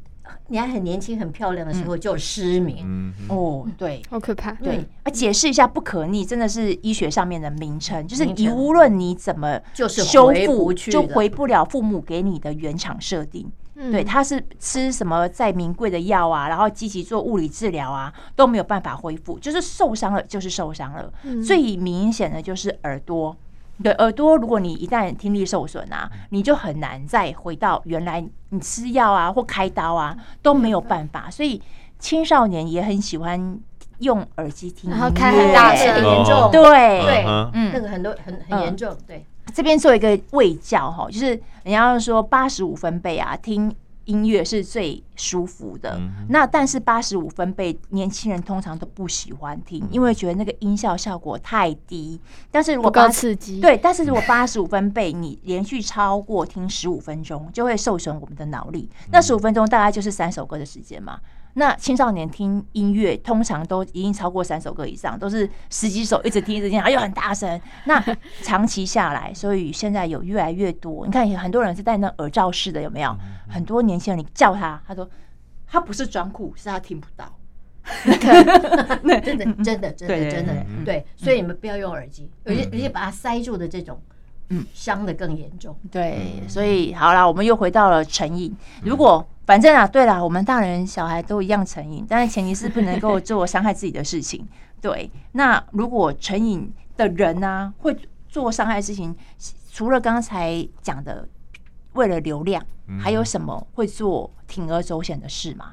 Speaker 5: 你还很年轻很漂亮的时候就失明。
Speaker 6: 嗯嗯
Speaker 4: 哦，对，
Speaker 2: <laughs> 好可怕！
Speaker 4: 对
Speaker 5: 嗯，
Speaker 4: 啊，解释一下不可逆，真的是医学上面的名称，就是
Speaker 5: 名
Speaker 4: 你
Speaker 5: 称
Speaker 4: 无论你怎么
Speaker 5: 就是
Speaker 4: 修
Speaker 5: 回
Speaker 4: 复，
Speaker 5: 不去
Speaker 4: 就
Speaker 5: 的
Speaker 4: 回不了父母给你的原厂设定。
Speaker 2: 嗯
Speaker 4: 对，他是吃什么再名贵的药啊，然后积极做物理治疗啊，都没有办法恢复，就是受伤了就是受伤了。
Speaker 2: 嗯
Speaker 4: 最明显的就是耳朵，对耳朵，如果你一旦听力受损啊，
Speaker 2: 嗯
Speaker 4: 你就很难再回到原来你吃药啊或开刀
Speaker 2: 嗯
Speaker 4: 啊都没有办法，所以青少年也很喜欢用耳机听音乐，
Speaker 2: 然后开很大
Speaker 5: 对很
Speaker 2: 声
Speaker 5: 严重，
Speaker 4: 对
Speaker 5: 对
Speaker 6: 嗯
Speaker 4: 嗯
Speaker 5: 那个很多很很严重，对，
Speaker 4: 这边做一个卫教哈，就是人家说八十五分贝啊，听音乐是最舒服的。
Speaker 6: 嗯
Speaker 4: 那但是八十五分贝，年轻人通常都不喜欢听，因为觉得那个音效效果太低。但是
Speaker 2: 不
Speaker 4: 如果
Speaker 2: 够
Speaker 4: 八
Speaker 2: 刺激。，
Speaker 4: 对，但是如果八十五分贝，你连续超过嗯听十五分钟，就会受损我们的脑力。那十五分钟大概就是三首歌的时间嘛。那青少年听音乐通常都已经超过三首歌以上，都是十几首一直听一直听，然后又很大声。 <laughs> 那长期下来，所以现在有越来越多，你看有很多人是戴那耳罩式的，有没有？很多年轻人你叫他，他说嗯他不是装酷，是他听不到。
Speaker 5: 真的，真的，真
Speaker 4: 对
Speaker 5: 的，真的
Speaker 6: 嗯，
Speaker 5: 对，所以你们不要用耳机，而且而且把它塞住的这种，嗯，伤的更严重。
Speaker 4: 对，所以好啦，我们又回到了成瘾。如果反正啊，对啦，我们大人小孩都一样成瘾，但是前提是不能够做伤害自己的事情。对，那如果成瘾的人呢、会做伤害的事情，除了刚才讲的为了流量，还有什么会做铤而走险的事吗？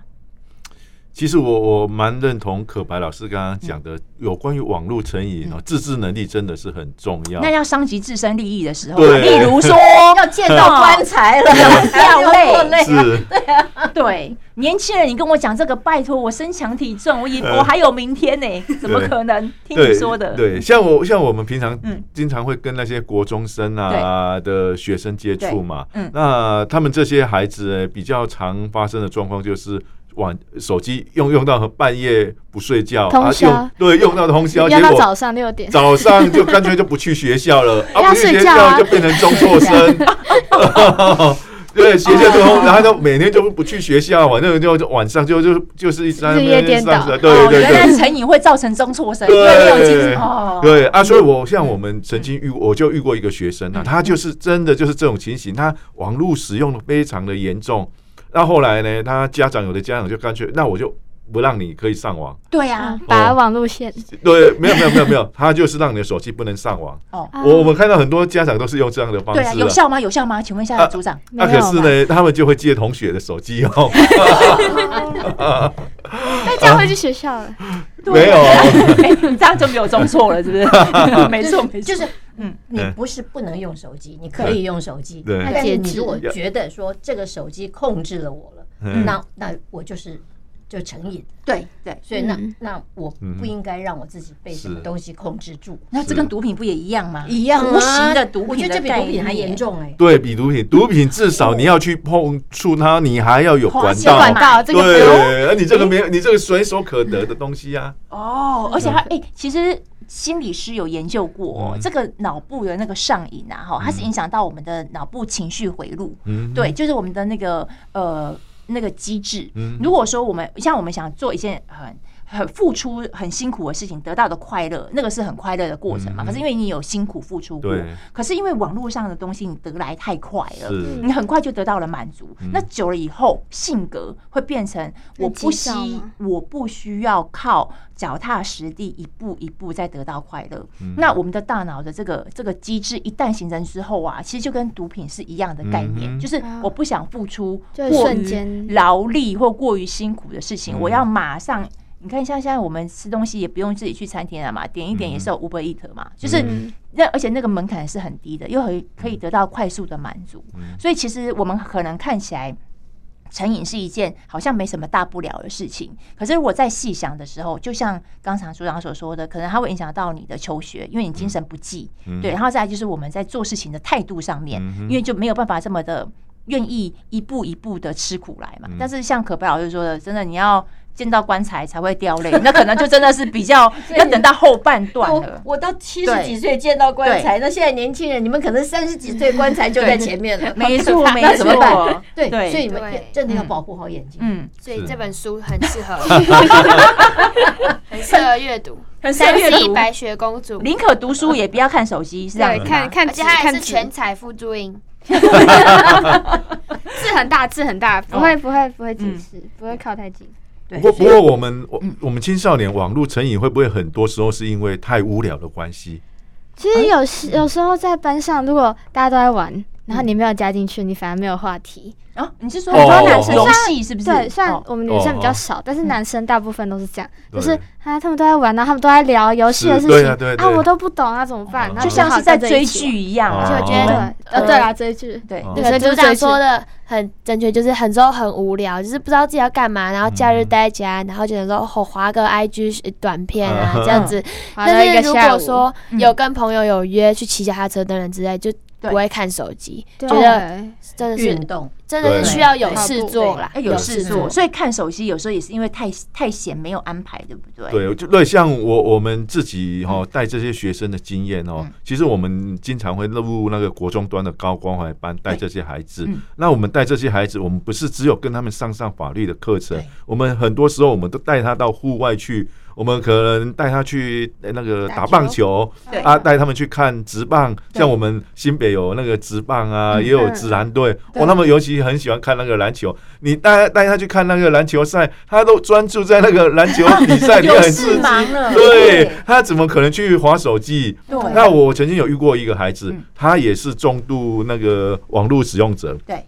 Speaker 6: 其实我我蛮认同可白老师刚刚讲的，有关于网络成瘾哦，自制能力真的是很重要
Speaker 4: 那。要伤及自身利益的时候啊，
Speaker 6: 对
Speaker 4: 例如说
Speaker 5: 要见到棺材了，
Speaker 4: <laughs> 掉泪，
Speaker 6: 是，
Speaker 4: 对，年轻人，你跟我讲这个，拜托，我身强体壮，我以我还有明天呢、怎么可能？听你
Speaker 6: 对
Speaker 4: 说的，
Speaker 6: 呃对，像我像我们平常
Speaker 4: 嗯
Speaker 6: 经常会跟那些国中生啊的学生接触嘛
Speaker 4: 对嗯，
Speaker 6: 那他们这些孩子呃比较常发生的状况就是。晚手机用用到半夜不睡觉，
Speaker 2: 通宵
Speaker 6: 啊、用对用到通宵，结
Speaker 2: 要到
Speaker 6: 果
Speaker 2: 早 <laughs> 上六点，
Speaker 6: <laughs> 早上就干脆就不去学校
Speaker 2: <laughs>
Speaker 6: 了，
Speaker 2: 要
Speaker 6: 啊，不去
Speaker 2: 睡
Speaker 6: 学
Speaker 2: 觉啊
Speaker 6: 校就变成中
Speaker 2: <laughs>
Speaker 6: 辍生。 <laughs> 对，学校中，然后就每天就不去学校，反正就就晚上就就就是一直在那
Speaker 2: 日夜
Speaker 6: 边
Speaker 2: 颠倒
Speaker 6: 上学对对
Speaker 4: 哦，原来
Speaker 6: 对。
Speaker 4: 成瘾会造成中辍生，因
Speaker 6: 对
Speaker 4: 为没有精神哦。
Speaker 6: 对啊，所以我像我们曾经遇，我就遇过一个学生啊，
Speaker 4: 嗯
Speaker 6: 他就是真的就是这种情形，他网络使用的非常的严重。那后来呢，他家长有的家长就干脆，那我就不让你可以上网。
Speaker 4: 对啊，
Speaker 2: 把网路线
Speaker 6: 对，没有没有没有没有，
Speaker 4: <laughs>
Speaker 6: 他就是让你的手机不能上网。
Speaker 4: 哦，
Speaker 6: 我我们看到很多家长都是用这样的方式
Speaker 4: 对啊，有效吗？有效吗？请问一下
Speaker 6: 啊
Speaker 4: 组长，
Speaker 2: 没
Speaker 4: <laughs>
Speaker 6: 那、
Speaker 2: 有
Speaker 6: 可是
Speaker 2: 吧？
Speaker 6: 呢，他们就会借同学的手机哦，
Speaker 2: 那哎这样会去学校了，
Speaker 6: 没有，
Speaker 4: 啊哎你这样就没有中辍了，是不
Speaker 6: <laughs>
Speaker 4: 是？没错，没错，
Speaker 5: 就是
Speaker 4: 嗯
Speaker 5: 嗯，你不是不能用手机，你可以用手机，
Speaker 6: 对
Speaker 5: 但是
Speaker 2: 戒
Speaker 5: 你
Speaker 2: 指
Speaker 5: 如果觉得说这个手机控制了我了，
Speaker 6: 嗯
Speaker 5: 那那我就是就成瘾，
Speaker 4: 对对。
Speaker 5: 所以那
Speaker 2: 嗯
Speaker 5: 那我不应该让我自己被什么
Speaker 6: 是
Speaker 5: 东西控制住，
Speaker 4: 那这跟毒品不也一样吗？
Speaker 5: 一样
Speaker 4: 无形
Speaker 5: 啊
Speaker 4: 的毒
Speaker 5: 我
Speaker 4: 品
Speaker 5: 觉
Speaker 4: 的
Speaker 5: 得这比
Speaker 4: 概
Speaker 5: 毒品还
Speaker 4: 念
Speaker 5: 严重哎。
Speaker 6: 对比毒品，毒品至少你要去碰触它，你还要有
Speaker 4: 哦
Speaker 6: 管道，
Speaker 2: 管道这个不用
Speaker 6: 对，啊你这个没有，你这个随手可得的东西啊，
Speaker 4: 哦，而且他哎、其实心理师有研究过、
Speaker 6: 嗯
Speaker 4: 这个脑部的那个上瘾啊，哈，它是影响到我们的脑部情绪回路，
Speaker 6: 嗯，
Speaker 4: 对，就是我们的那个呃那个机制。
Speaker 6: 嗯
Speaker 4: 如果说我们像我们想做一件很很付出很辛苦的事情，得到的快乐，那个是很快乐的过程嘛。
Speaker 6: 嗯
Speaker 4: 可是因为你有辛苦付出过
Speaker 6: 对，
Speaker 4: 可是因为网络上的东西你得来太快了。
Speaker 6: 是
Speaker 4: 你很快就得到了满足，那
Speaker 6: 嗯
Speaker 4: 久了以后，性格会变成我不
Speaker 2: 急躁
Speaker 4: 希
Speaker 2: 吗，
Speaker 4: 我不需要靠脚踏实地一步一步再得到快乐。
Speaker 6: 嗯
Speaker 4: 那我们的大脑的这个这个机制一旦形成之后啊，其实就跟毒品是一样的概念，
Speaker 6: 嗯哼
Speaker 4: 就是我不想付出
Speaker 2: 就
Speaker 4: 过
Speaker 2: 瞬
Speaker 4: 于
Speaker 2: 间
Speaker 4: 劳力或过于辛苦的事情，我要马上。你看，像现在我们吃东西也不用自己去餐厅了嘛，点一点也是有 Uber Eat 嘛，就是那而且那个门槛是很低的，又很可以得到快速的满足，所以其实我们可能看起来成瘾是一件好像没什么大不了的事情，可是如果再细想的时候，就像刚才组长所说的，可能它会影响到你的求学，因为你精神不济，对，然后再来就是我们在做事情的态度上面，因为就没有办法这么的愿意一步一步的吃苦来嘛。但是像可白老师说的，真的你要。见到棺材才会掉泪，那可能就真的是比较要等到后半段
Speaker 5: 我
Speaker 4: 了。
Speaker 5: 我到七
Speaker 4: 对
Speaker 5: 十几岁见到棺材，那现在年轻人，你们可能三十几岁棺材就在前面了，
Speaker 4: 没错，没错，
Speaker 5: 那怎么办？对，
Speaker 4: 对
Speaker 5: 所以你们
Speaker 3: 对
Speaker 5: 真的要保护好眼睛。
Speaker 4: 嗯，
Speaker 3: 所以
Speaker 6: 是
Speaker 3: 这本书很适合，很适合阅
Speaker 8: <laughs>
Speaker 3: 读。
Speaker 4: 很
Speaker 3: 三
Speaker 4: 阅
Speaker 3: 十一
Speaker 4: 读，
Speaker 3: 白雪公主，
Speaker 4: 宁可读书也不要看手机，是这样
Speaker 3: 对，
Speaker 4: 子吗
Speaker 3: 看看
Speaker 8: 而
Speaker 3: 纸，
Speaker 8: 且
Speaker 3: 它
Speaker 8: 它还
Speaker 3: 还
Speaker 8: 是
Speaker 3: 是全
Speaker 8: 全
Speaker 3: 彩附注音。
Speaker 2: 字很大，字很大，不会不会不会近视，不会靠太近。
Speaker 5: 对
Speaker 6: 不过，不过我们我我们青少年网络成瘾会不会很多时候是因为太无聊的关系？
Speaker 2: 其实有时有时候在班上，如果大家都在玩，然后你没有加进去，你反而没有话题。
Speaker 4: 啊，你是说
Speaker 6: 很多男生
Speaker 4: 游戏是不是？
Speaker 2: 对，虽然
Speaker 4: 哦
Speaker 2: 我们女生比较
Speaker 6: 哦
Speaker 2: 少，但是男生大部分都是这样，
Speaker 6: 对
Speaker 2: 就是啊，他们都在玩啊，他们都在聊游戏的
Speaker 6: 是
Speaker 2: 事
Speaker 6: 对
Speaker 2: 情
Speaker 6: 啊对
Speaker 2: 啊，
Speaker 6: 对
Speaker 2: 我都不懂啊，怎么办？然后
Speaker 4: 就像是在追剧一样
Speaker 2: 我
Speaker 4: 啊
Speaker 2: 就
Speaker 6: 哦。
Speaker 2: 觉得，呃，对啊，追剧，
Speaker 4: 对，
Speaker 6: 哦
Speaker 3: 那
Speaker 2: 所
Speaker 3: 个
Speaker 2: 以就是
Speaker 3: 组长
Speaker 2: 追剧
Speaker 3: 说的很正确，就是很多很无聊，就是不知道自己要干嘛，然后假日待在家，然后就想说哦，划个 IG 短片啊
Speaker 6: 嗯
Speaker 3: 这样子。
Speaker 2: 玩了一
Speaker 3: 但
Speaker 2: 个
Speaker 3: 是如
Speaker 2: 下
Speaker 3: 果
Speaker 2: 午。
Speaker 3: 说有跟朋友有约去骑脚踏车等等之类，就
Speaker 4: 对
Speaker 8: 不会看手机，
Speaker 2: 觉
Speaker 8: 觉得真的
Speaker 5: 运
Speaker 8: 是
Speaker 5: 动，
Speaker 8: 真的是需要有事做啦
Speaker 4: 哎，，有事做，所以看手机有时候也是因为太太闲，没有安排，对不对？，
Speaker 6: 对，就对，像我我们自己哈、哦、带这些学生的经验哦，其实我们经常会入那个国中端的高关怀班带这些孩子。
Speaker 4: 嗯
Speaker 6: 那我们带这些孩子，我们不是只有跟他们上上法律的课程
Speaker 4: 对，
Speaker 6: 我们很多时候我们都带他到户外去。我们可能带他去呃那个
Speaker 5: 打
Speaker 6: 打棒球
Speaker 4: 对
Speaker 6: 啊，带他们去看职棒，像我们新北有那个职棒啊，
Speaker 4: 嗯
Speaker 6: 也有职篮队，哦，他们尤其很喜欢看那个篮球。你带带他去看那个篮球赛，他都专注在那个篮球比赛
Speaker 4: <laughs>
Speaker 6: 里，
Speaker 4: 有
Speaker 6: 很刺
Speaker 4: 事
Speaker 6: 激。
Speaker 4: 忙了，
Speaker 5: 嗯
Speaker 6: 对他怎么可能去划手机？
Speaker 4: 对
Speaker 6: 那我曾经有遇过一个孩子
Speaker 4: 嗯，
Speaker 6: 他也是重度那个网络使用者。
Speaker 4: 对，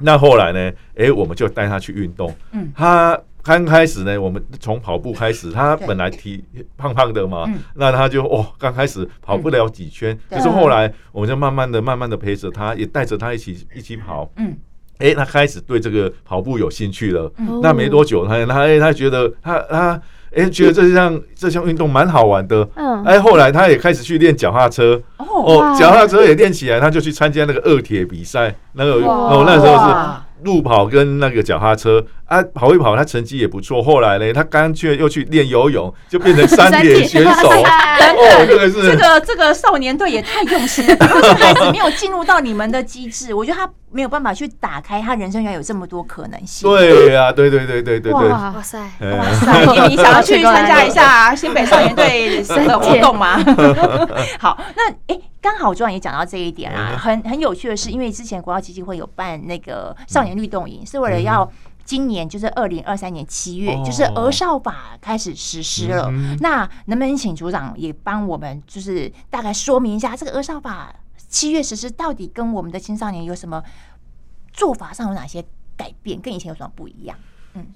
Speaker 6: 那后来呢？诶，我们就带他去运动。
Speaker 4: 嗯
Speaker 6: 他刚开始呢，我们从跑步开始，他
Speaker 4: 对
Speaker 6: 本来体胖胖的嘛
Speaker 4: 嗯，
Speaker 6: 那他就哦，刚开始跑不了几圈，
Speaker 4: 对
Speaker 6: 可是后来我们就慢慢的、慢慢的陪着他，也带着他一起一起跑。
Speaker 4: 嗯，
Speaker 6: 诶，他开始对这个跑步有兴趣了。
Speaker 4: 嗯
Speaker 6: 那没多久，他他诶他觉得他他诶，觉得这项这项运动蛮好玩的。
Speaker 2: 嗯，
Speaker 6: 哎，后来他也开始去练脚踏车
Speaker 4: 哦，
Speaker 6: 哦，脚踏车也练起来，他就去参加那个二铁比赛。那个
Speaker 3: 哇
Speaker 6: 哦，那时候是
Speaker 4: 哇
Speaker 6: 路跑跟那个脚踏车啊，跑一跑，他成绩也不错。后来呢，他干脆又去练游泳，就变成三铁
Speaker 2: <laughs>
Speaker 6: 选手。哦，这个是
Speaker 4: 这个这个少年队也太用心了， <laughs> 为什么孩子没有进入到你们的机制？我觉得他没有办法去打开他人生原来有这么多可能性。
Speaker 6: 对呀，对对对对对对。
Speaker 2: 哇
Speaker 3: 哇塞，
Speaker 6: 哎
Speaker 4: 哇塞，你你想要去参加一下新北少年队的活动吗？好，那哎，刚好庄也讲到这一点
Speaker 6: 嗯
Speaker 4: 啊，很很有趣的是，因为之前国家基金会有办那个少年律动营，是为了要。今年就是二零二三年七月，
Speaker 6: 嗯哦
Speaker 4: 就是儿少法开始实施了。
Speaker 6: 嗯
Speaker 4: 那能不能请组长也帮我们，就是大概说明一下这个儿少法七月实施到底跟我们的青少年有什么做法上有哪些改变，跟以前有什么不一样？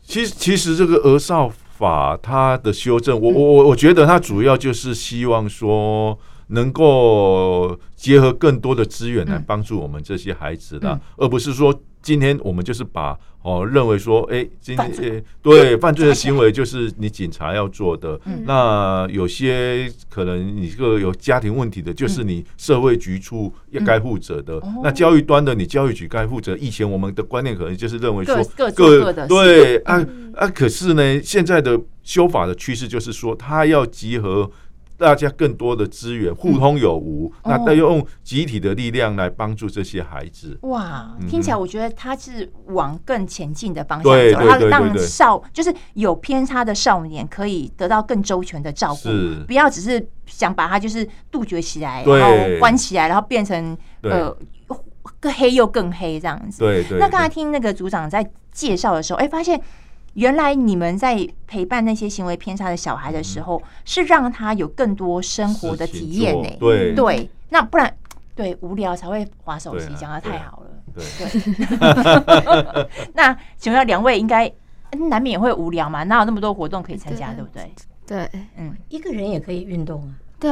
Speaker 6: 其实其实这个儿少法它的修正，
Speaker 4: 嗯
Speaker 6: 我我我我觉得它主要就是希望说。能够结合更多的资源来
Speaker 4: 嗯
Speaker 6: 帮助我们这些孩子啦，
Speaker 4: 嗯
Speaker 6: 而不是说今天我们就是把哦认为说，哎、今天
Speaker 4: 犯罪
Speaker 6: 呃对犯罪的行为就是你警察要做的，
Speaker 4: 嗯
Speaker 2: 嗯
Speaker 6: 那有些可能你这个有家庭问题的，就是你社会局处要该负责的，
Speaker 4: 哦
Speaker 6: 那教育端的你教育局该负责。以前我们的观念可能就是认为说
Speaker 4: 各各做各的事 <laughs> 嗯
Speaker 6: 对啊啊！可是呢，现在的修法的趋势就是说，它要集合大家更多的资源，互通有无，
Speaker 4: 哦
Speaker 6: 那要用集体的力量来帮助这些孩子。
Speaker 4: 哇，
Speaker 6: 嗯
Speaker 4: 听起来我觉得他是往更前进的方向
Speaker 6: 对
Speaker 4: 走，
Speaker 6: 对
Speaker 4: 他
Speaker 6: 对对
Speaker 4: 让
Speaker 6: 对
Speaker 4: 少就是有偏差的少年可以得到更周全的照顾
Speaker 6: 是，
Speaker 4: 不要只是想把他就是杜绝起来，
Speaker 6: 对
Speaker 4: 然后关起来，然后变成
Speaker 6: 对
Speaker 4: 呃更黑又更黑这样子。
Speaker 6: 对对，
Speaker 4: 那刚才
Speaker 6: 对
Speaker 4: 听那个组长在介绍的时候，哎，发现原来你们在陪伴那些行为偏差的小孩的时候，是让他有更多生活的
Speaker 6: 嗯事
Speaker 4: 体
Speaker 6: 情
Speaker 4: 验
Speaker 6: 做
Speaker 4: 呢、
Speaker 6: 对
Speaker 4: 对，那不然对无聊才会划手机
Speaker 6: 对，啊
Speaker 4: 讲的
Speaker 6: 对
Speaker 4: 太
Speaker 6: 啊
Speaker 4: 好了。
Speaker 6: 对
Speaker 4: 那请问两位应该嗯难免会无聊嘛？哪有那么多活动可以参加，对
Speaker 2: 对
Speaker 4: 不对？
Speaker 2: 对
Speaker 4: 嗯，
Speaker 5: 一个人也可以运动啊。
Speaker 2: 对，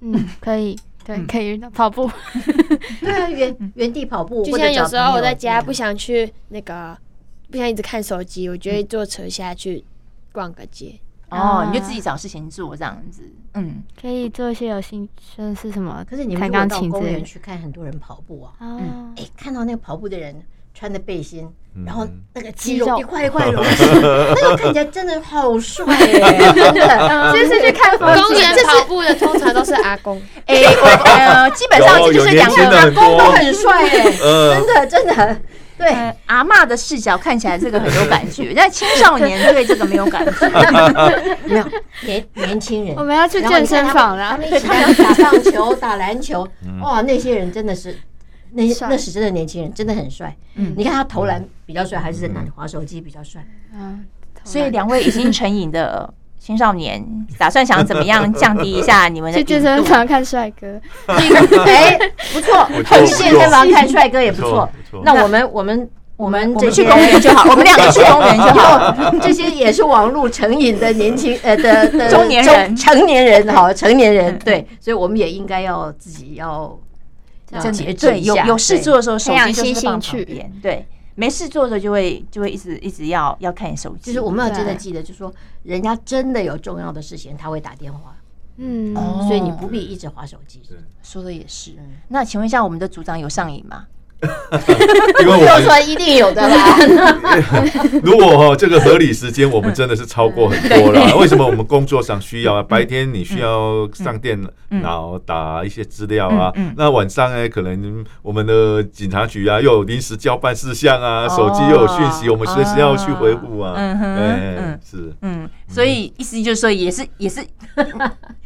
Speaker 2: 嗯，可以，对，可以运动跑步， <laughs>
Speaker 5: 对啊，原原地跑步，
Speaker 8: 就
Speaker 5: 或者
Speaker 8: 像有
Speaker 5: 找
Speaker 8: 时候
Speaker 5: 朋
Speaker 8: 我
Speaker 5: 友
Speaker 8: 在家
Speaker 5: 嗯
Speaker 8: 不想去那个，不想一直看手机，我就会坐车下去逛个街。
Speaker 4: 哦，
Speaker 2: 啊
Speaker 4: 你就自己找事情做这样子，
Speaker 6: <laughs>
Speaker 4: 嗯，
Speaker 2: 可以做一些有兴趣的是什么？
Speaker 5: 可是你们
Speaker 2: 弹
Speaker 5: 如果
Speaker 2: 钢
Speaker 5: 到
Speaker 2: 琴之
Speaker 5: 公
Speaker 2: 类
Speaker 5: 园
Speaker 2: 的
Speaker 5: 去看很多人跑步啊，
Speaker 2: 啊，
Speaker 5: 哎，看到那个跑步的人穿的背心，
Speaker 6: 嗯
Speaker 5: 然后那个肌
Speaker 2: 肌
Speaker 5: 肉
Speaker 2: 肉
Speaker 5: 一块一块的，那个看起来真的好帅耶，真的。
Speaker 2: 就是去看风
Speaker 8: 公园跑步的通常都是阿公，
Speaker 4: 哎，我呃，基本上
Speaker 6: 有
Speaker 4: 就是
Speaker 6: 有
Speaker 4: 两
Speaker 6: 年轻
Speaker 4: 个
Speaker 6: 的很
Speaker 5: 都
Speaker 6: 多，
Speaker 5: 很
Speaker 6: <laughs>
Speaker 5: 帅耶，
Speaker 6: 呃
Speaker 5: 真，的真的，对，
Speaker 4: 呃阿嬷的视角看起来这个很有感觉，但青少年对这个没有感 <laughs> 觉。
Speaker 5: 没有年年轻人
Speaker 2: 我。们要去
Speaker 5: 然后
Speaker 2: 健
Speaker 5: 你看
Speaker 2: 身
Speaker 5: 他
Speaker 2: 房啊
Speaker 5: 们
Speaker 2: 啦
Speaker 5: 他。们一起来打棒球、打篮球，哇，那些人真的是，那些
Speaker 2: 帅
Speaker 5: 那是真的年轻人，真的很帅。
Speaker 4: 嗯
Speaker 5: 你看他投篮比较帅，还是在哪里划手机比较帅？
Speaker 2: 嗯，
Speaker 4: 所以两位已经成瘾的青少年，打算想怎么样降低一下你们的
Speaker 2: 去
Speaker 4: 瘾
Speaker 2: 健身
Speaker 4: 度？
Speaker 2: 房看帅哥，
Speaker 5: <laughs> 哎，不错，
Speaker 6: 不错
Speaker 5: 去健身房看帅哥也不
Speaker 6: 不
Speaker 5: 错
Speaker 6: 错不错。
Speaker 5: 那我们我们我们
Speaker 4: 我
Speaker 5: 这
Speaker 4: 们
Speaker 5: 些
Speaker 4: 去公园就好，
Speaker 5: <laughs>
Speaker 4: 我们两个去公园就好。
Speaker 5: 这些也是网络成瘾的年轻呃的的 <laughs> 嗯
Speaker 4: 中年人
Speaker 5: 成年人 <laughs> 哈，成年人对，所以我们也应该要自己要要
Speaker 4: 真
Speaker 5: 节
Speaker 4: 的
Speaker 5: 制
Speaker 4: 对，
Speaker 5: 一
Speaker 4: 有
Speaker 5: 下
Speaker 4: 有事
Speaker 5: 对
Speaker 4: 做的时候，手
Speaker 2: 培养
Speaker 4: 机就
Speaker 2: 新
Speaker 4: 是放
Speaker 2: 兴
Speaker 4: 旁
Speaker 2: 趣
Speaker 4: 边，对，没事做的时候就会就会一直一直要要看手机。
Speaker 5: 就是我们要真的
Speaker 2: 对
Speaker 5: 记得，就是说人家真的有重要的事情，他会打电话，
Speaker 2: 嗯，
Speaker 4: 哦
Speaker 5: 所以你不必一直划手机。
Speaker 6: 对
Speaker 4: 说的也是。嗯那请问一下，我们的组长有上瘾吗？
Speaker 6: <laughs> 因为我
Speaker 5: 就
Speaker 6: 们
Speaker 5: 算一定有的啦，
Speaker 6: <laughs> 如果哦这个合理时间，我们真的是超过很多了。为什么我们工作上需要啊？白天你需要上电脑打一些资料啊
Speaker 4: 嗯嗯，
Speaker 6: 那晚上呢，可能我们的警察局啊又有临时交办事项啊，手机又有讯息，
Speaker 4: 哦
Speaker 6: 我们随时要去回复啊。
Speaker 4: 嗯哼
Speaker 6: 哎
Speaker 4: 嗯，
Speaker 6: 是
Speaker 4: 嗯，所以意思就是说，也是也是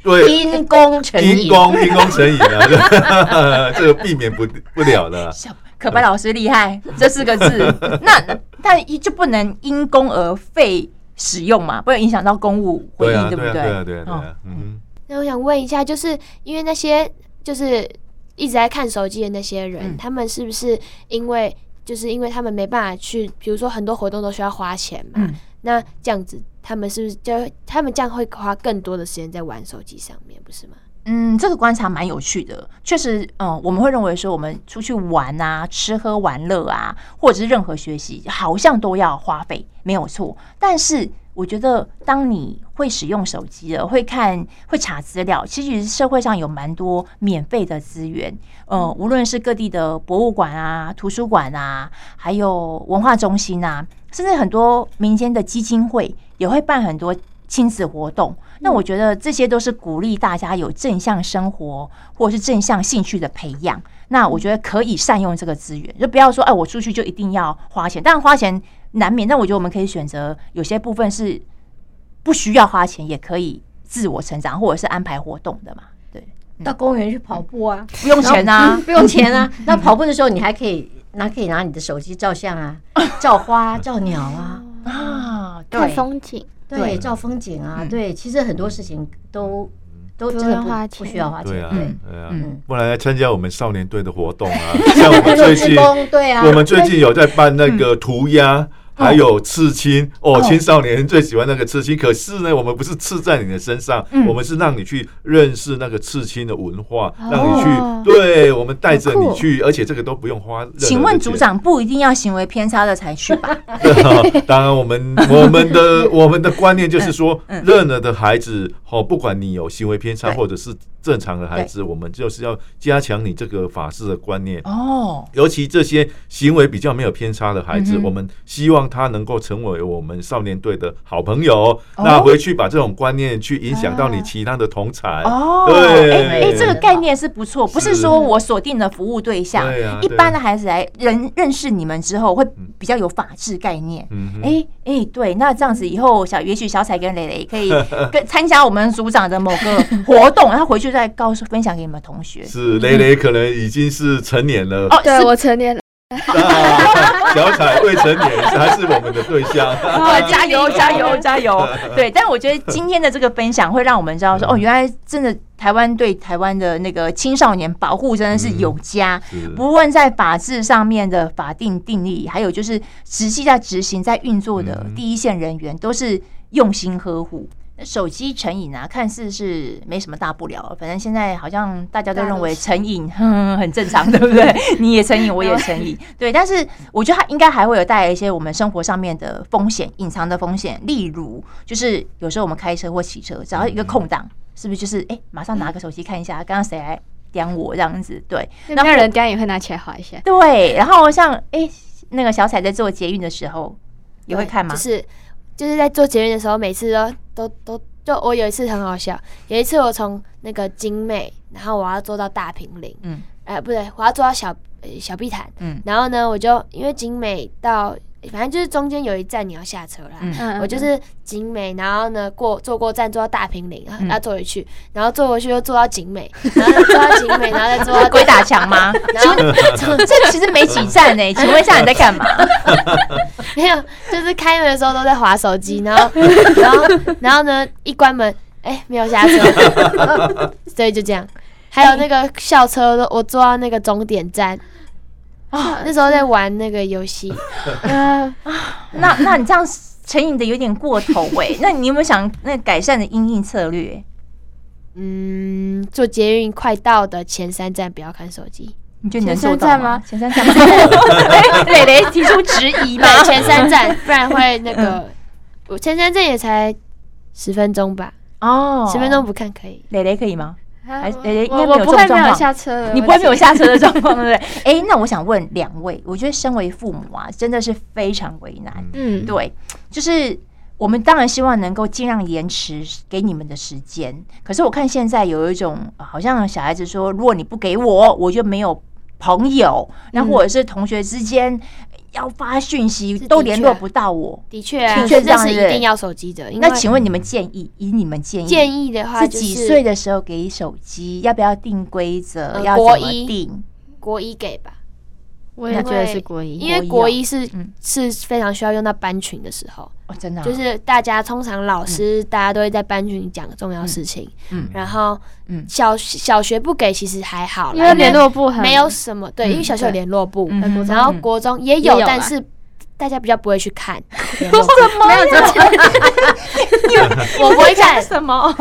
Speaker 6: 对。
Speaker 5: 因公成
Speaker 6: 因
Speaker 5: 瘾。
Speaker 6: 公因公成瘾啊， <laughs> 这个避免不不了的。
Speaker 4: 小可白老师厉害这四个字。那但一就不能因公而废使用嘛，不然影响到公务回
Speaker 6: 对啊，
Speaker 4: 应，不
Speaker 6: 对啊，对啊，对啊，对
Speaker 4: 哦
Speaker 6: 啊，嗯
Speaker 3: 那我想问一下，就是因为那些就是一直在看手机的那些人，
Speaker 4: 嗯
Speaker 3: 他们是不是因为就是因为他们没办法去，比如说很多活动都需要花钱嘛，
Speaker 4: 嗯
Speaker 3: 那这样子他们是不是就他们这样会花更多的时间在玩手机上面，不是吗？
Speaker 4: 嗯，这个观察蛮有趣的，确实，嗯，我们会认为说，我们出去玩啊、吃喝玩乐啊，或者是任何学习，好像都要花费，没有错。但是，我觉得当你会使用手机了，会看、会查资料，其实社会上有蛮多免费的资源，呃，无论是各地的博物馆啊、图书馆啊，还有文化中心啊，甚至很多民间的基金会也会办很多亲子活动。那我觉得这些都是鼓励大家有正向生活或者是正向兴趣的培养。那我觉得可以善用这个资源，就不要说哎，我出去就一定要花钱。当然花钱难免，但我觉得我们可以选择有些部分是不需要花钱也可以自我成长，或者是安排活动的嘛。对，
Speaker 5: 到公园去跑步啊，
Speaker 4: 不用钱啊
Speaker 5: 嗯，不用钱啊。那跑步的时候，你还可以拿可以拿你的手机照相啊，照花啊、照鸟啊，
Speaker 4: 啊，
Speaker 2: 看
Speaker 4: 对，
Speaker 2: 风景，
Speaker 5: 对，照风景啊，
Speaker 4: 嗯
Speaker 5: 对。其实很多事情都都
Speaker 2: 不
Speaker 5: 真的
Speaker 2: 用花
Speaker 5: 不不
Speaker 2: 钱
Speaker 5: 需要花
Speaker 6: 哼，
Speaker 5: 钱
Speaker 6: 对，啊，
Speaker 4: 嗯
Speaker 6: 对啊
Speaker 4: 嗯，
Speaker 6: 不然来参加我们少年队的活动啊，像我们最近
Speaker 5: 志工对啊，
Speaker 6: 我们最近有在办那个涂鸦。还有刺青哦，青少年最喜欢那个刺青。可是呢，我们不是刺在你的身上，
Speaker 4: 嗯
Speaker 6: 我们是让你去认识那个刺青的文化，让你去对，我们带着
Speaker 2: 好
Speaker 6: 你
Speaker 2: 酷
Speaker 6: 去，而且这个都不用花任何的钱。
Speaker 4: 请问组长不一定要行为偏差的才去吧？
Speaker 6: 当然，我
Speaker 4: <laughs>
Speaker 6: 们我们
Speaker 4: 嗯
Speaker 6: 的我们的观念就是说，任何的孩子哦，不管你有行为偏差
Speaker 4: 对
Speaker 6: 或者是正常的孩子，我们就是要加强你这个法治的观念。
Speaker 4: <laughs> 哦，
Speaker 6: 尤其这些行为比较没有偏差的孩子，
Speaker 4: 嗯哼
Speaker 6: 我们希望他能够成为我们少年队的好朋友。
Speaker 4: 哦
Speaker 6: 那回去把这种观念去影响到你其他的同才。
Speaker 4: 哦，
Speaker 6: 对
Speaker 4: 哎、哎这个
Speaker 5: 对
Speaker 4: 概念是不错，不是
Speaker 6: 是
Speaker 4: 说我锁定了服务对象，
Speaker 6: 对啊
Speaker 4: 一
Speaker 6: 对啊
Speaker 4: 般的孩子来认认识你们之后，会比较有法治概念。
Speaker 6: 嗯哼，
Speaker 4: 哎哎，对，那这样子以后小，也许小彩跟蕾蕾可以 <laughs> 跟参加我们组长的某个活动，然后回去再告诉分享给你们同学。
Speaker 6: 是蕾蕾可能已经是成年了，
Speaker 4: 哦，
Speaker 2: 对
Speaker 4: 是
Speaker 2: 我成年了，
Speaker 6: 那 <laughs> 小彩未成年还是我们的对象。
Speaker 4: 啊，加油，加油，加
Speaker 6: <laughs>
Speaker 4: 油！对，但我觉得今天的这个分享会让我们知道说，
Speaker 6: 嗯
Speaker 4: 哦，原来真的台湾对台湾的那个青少年保护真的
Speaker 6: 嗯
Speaker 4: 是有加，
Speaker 6: 是
Speaker 4: <laughs> 不论在法制上面的法定定义，还有就是实际在执行、在运作的
Speaker 6: 嗯
Speaker 4: 第一线人员，都是用心呵护。那手机成瘾啊，看似是没什么大不了，反正现在好像大家都认为成瘾 <laughs> 哼哼很正常，对不对？你也成瘾，我也成瘾，对。但是我觉得它应该还会有带来一些我们生活上面的风险，隐藏的风险，例如就是有时候我们开车或骑车，只要一个空档，是不是就是哎、马上拿个手机看一下，刚刚谁来点我这样子？对，
Speaker 2: 那没有人家也会拿起来划一下，
Speaker 4: 对，然后像哎、那个小彩在做捷运的时候也会看吗？ <laughs>
Speaker 3: 就是就是在做捷运的时候，每次都都都就我有一次很好笑，有一次我从那个景美，然后我要坐到大平林，
Speaker 4: 嗯
Speaker 3: 嗯，哎、不对，我要坐到小、呃小碧潭，
Speaker 4: 嗯
Speaker 3: 嗯，然后呢，我就因为景美到，反正就是中间有一站你要下车啦。
Speaker 4: 嗯
Speaker 2: 嗯，
Speaker 3: 我就是景美，然后呢过坐过站，坐到大平林，然后
Speaker 4: 嗯
Speaker 3: 要坐回去，然后坐回去又坐到景美，然后再坐到景美，然后再
Speaker 4: <laughs>
Speaker 3: 坐到
Speaker 4: 鬼打墙吗？
Speaker 3: 然后
Speaker 4: 这其实没几站呢、请问一下你在干 <laughs> 嘛？
Speaker 3: 没有，就是开门的时候都在划手机，然后 <laughs> 然后然后呢，一关门，哎、没有下车， <laughs> 所以就这样。还有那个校车，我坐到那个终点站，
Speaker 4: 啊
Speaker 3: 那时候在玩那个游戏，
Speaker 2: 嗯
Speaker 4: 那那你这样成瘾的有点过头哎、那你有没有想那改善的因应策略？
Speaker 3: 嗯，坐捷运快到的前三站不要看手机，
Speaker 4: 你觉得你能
Speaker 2: 前
Speaker 4: 做
Speaker 2: 三
Speaker 4: 到
Speaker 2: 站
Speaker 4: 吗
Speaker 2: 吗？
Speaker 4: 前三站吗？ <laughs> 哎蕾蕾提出质疑吗？ <laughs> 嗯
Speaker 3: 对，前三站，不然会那个，我前三站也才十分钟吧，
Speaker 4: 哦，
Speaker 3: 十分钟不看可以。
Speaker 4: 蕾蕾可以吗？还是蕾蕾应
Speaker 2: 我
Speaker 4: 该
Speaker 2: 我
Speaker 4: 没有这
Speaker 2: 不
Speaker 4: 种
Speaker 2: 会没
Speaker 4: 状
Speaker 2: 有
Speaker 4: 况。
Speaker 2: 下车的，
Speaker 4: 你不会没有下车的状况，对不对？哎，那我想问两位，我觉得身为父母啊，真的是非常为难。
Speaker 2: 嗯，
Speaker 4: 对，就是我们当然希望能够尽量延迟给你们的时间，可是我看现在有一种呃好像小孩子说，如果你不给我，我就没有朋友，那或者是同学之间要发讯息
Speaker 3: 的
Speaker 4: 都联络
Speaker 3: 确
Speaker 4: 不到我。
Speaker 3: 的确啊，
Speaker 4: 的确这
Speaker 3: 这
Speaker 4: 样
Speaker 3: 是一
Speaker 4: 是
Speaker 3: 定要手机的。啊因为
Speaker 4: 那请问你们建议，以你们建议，
Speaker 3: 建议的话，
Speaker 4: 是
Speaker 3: 就
Speaker 4: 几岁的时候给手机？要不要定规则？
Speaker 3: 呃
Speaker 4: 要
Speaker 3: 国
Speaker 4: 怎么
Speaker 3: 一
Speaker 4: 定？
Speaker 3: 国一给吧，
Speaker 2: 我也觉得是国一，
Speaker 3: 因为
Speaker 4: 国
Speaker 3: 国
Speaker 4: 一啊
Speaker 3: 一是
Speaker 4: 嗯
Speaker 3: 是非常需要用到班群的时候，
Speaker 4: 哦，真的啊、
Speaker 3: 就是大家通常老师大家都会在班群讲重要事情，
Speaker 4: 嗯
Speaker 3: 然后
Speaker 4: 嗯
Speaker 3: 小小学不给其实还好啦，
Speaker 2: 因为联络部很
Speaker 3: 没有什么对，
Speaker 4: 嗯
Speaker 3: 因为小学有联络部，
Speaker 4: 嗯啊哼
Speaker 3: 然后国中也有
Speaker 2: 也有，啦
Speaker 3: 但是大家比较不会去
Speaker 4: <laughs>
Speaker 3: 看联络部，
Speaker 2: <laughs> 没有这种，
Speaker 3: 我不会看，
Speaker 4: 什么？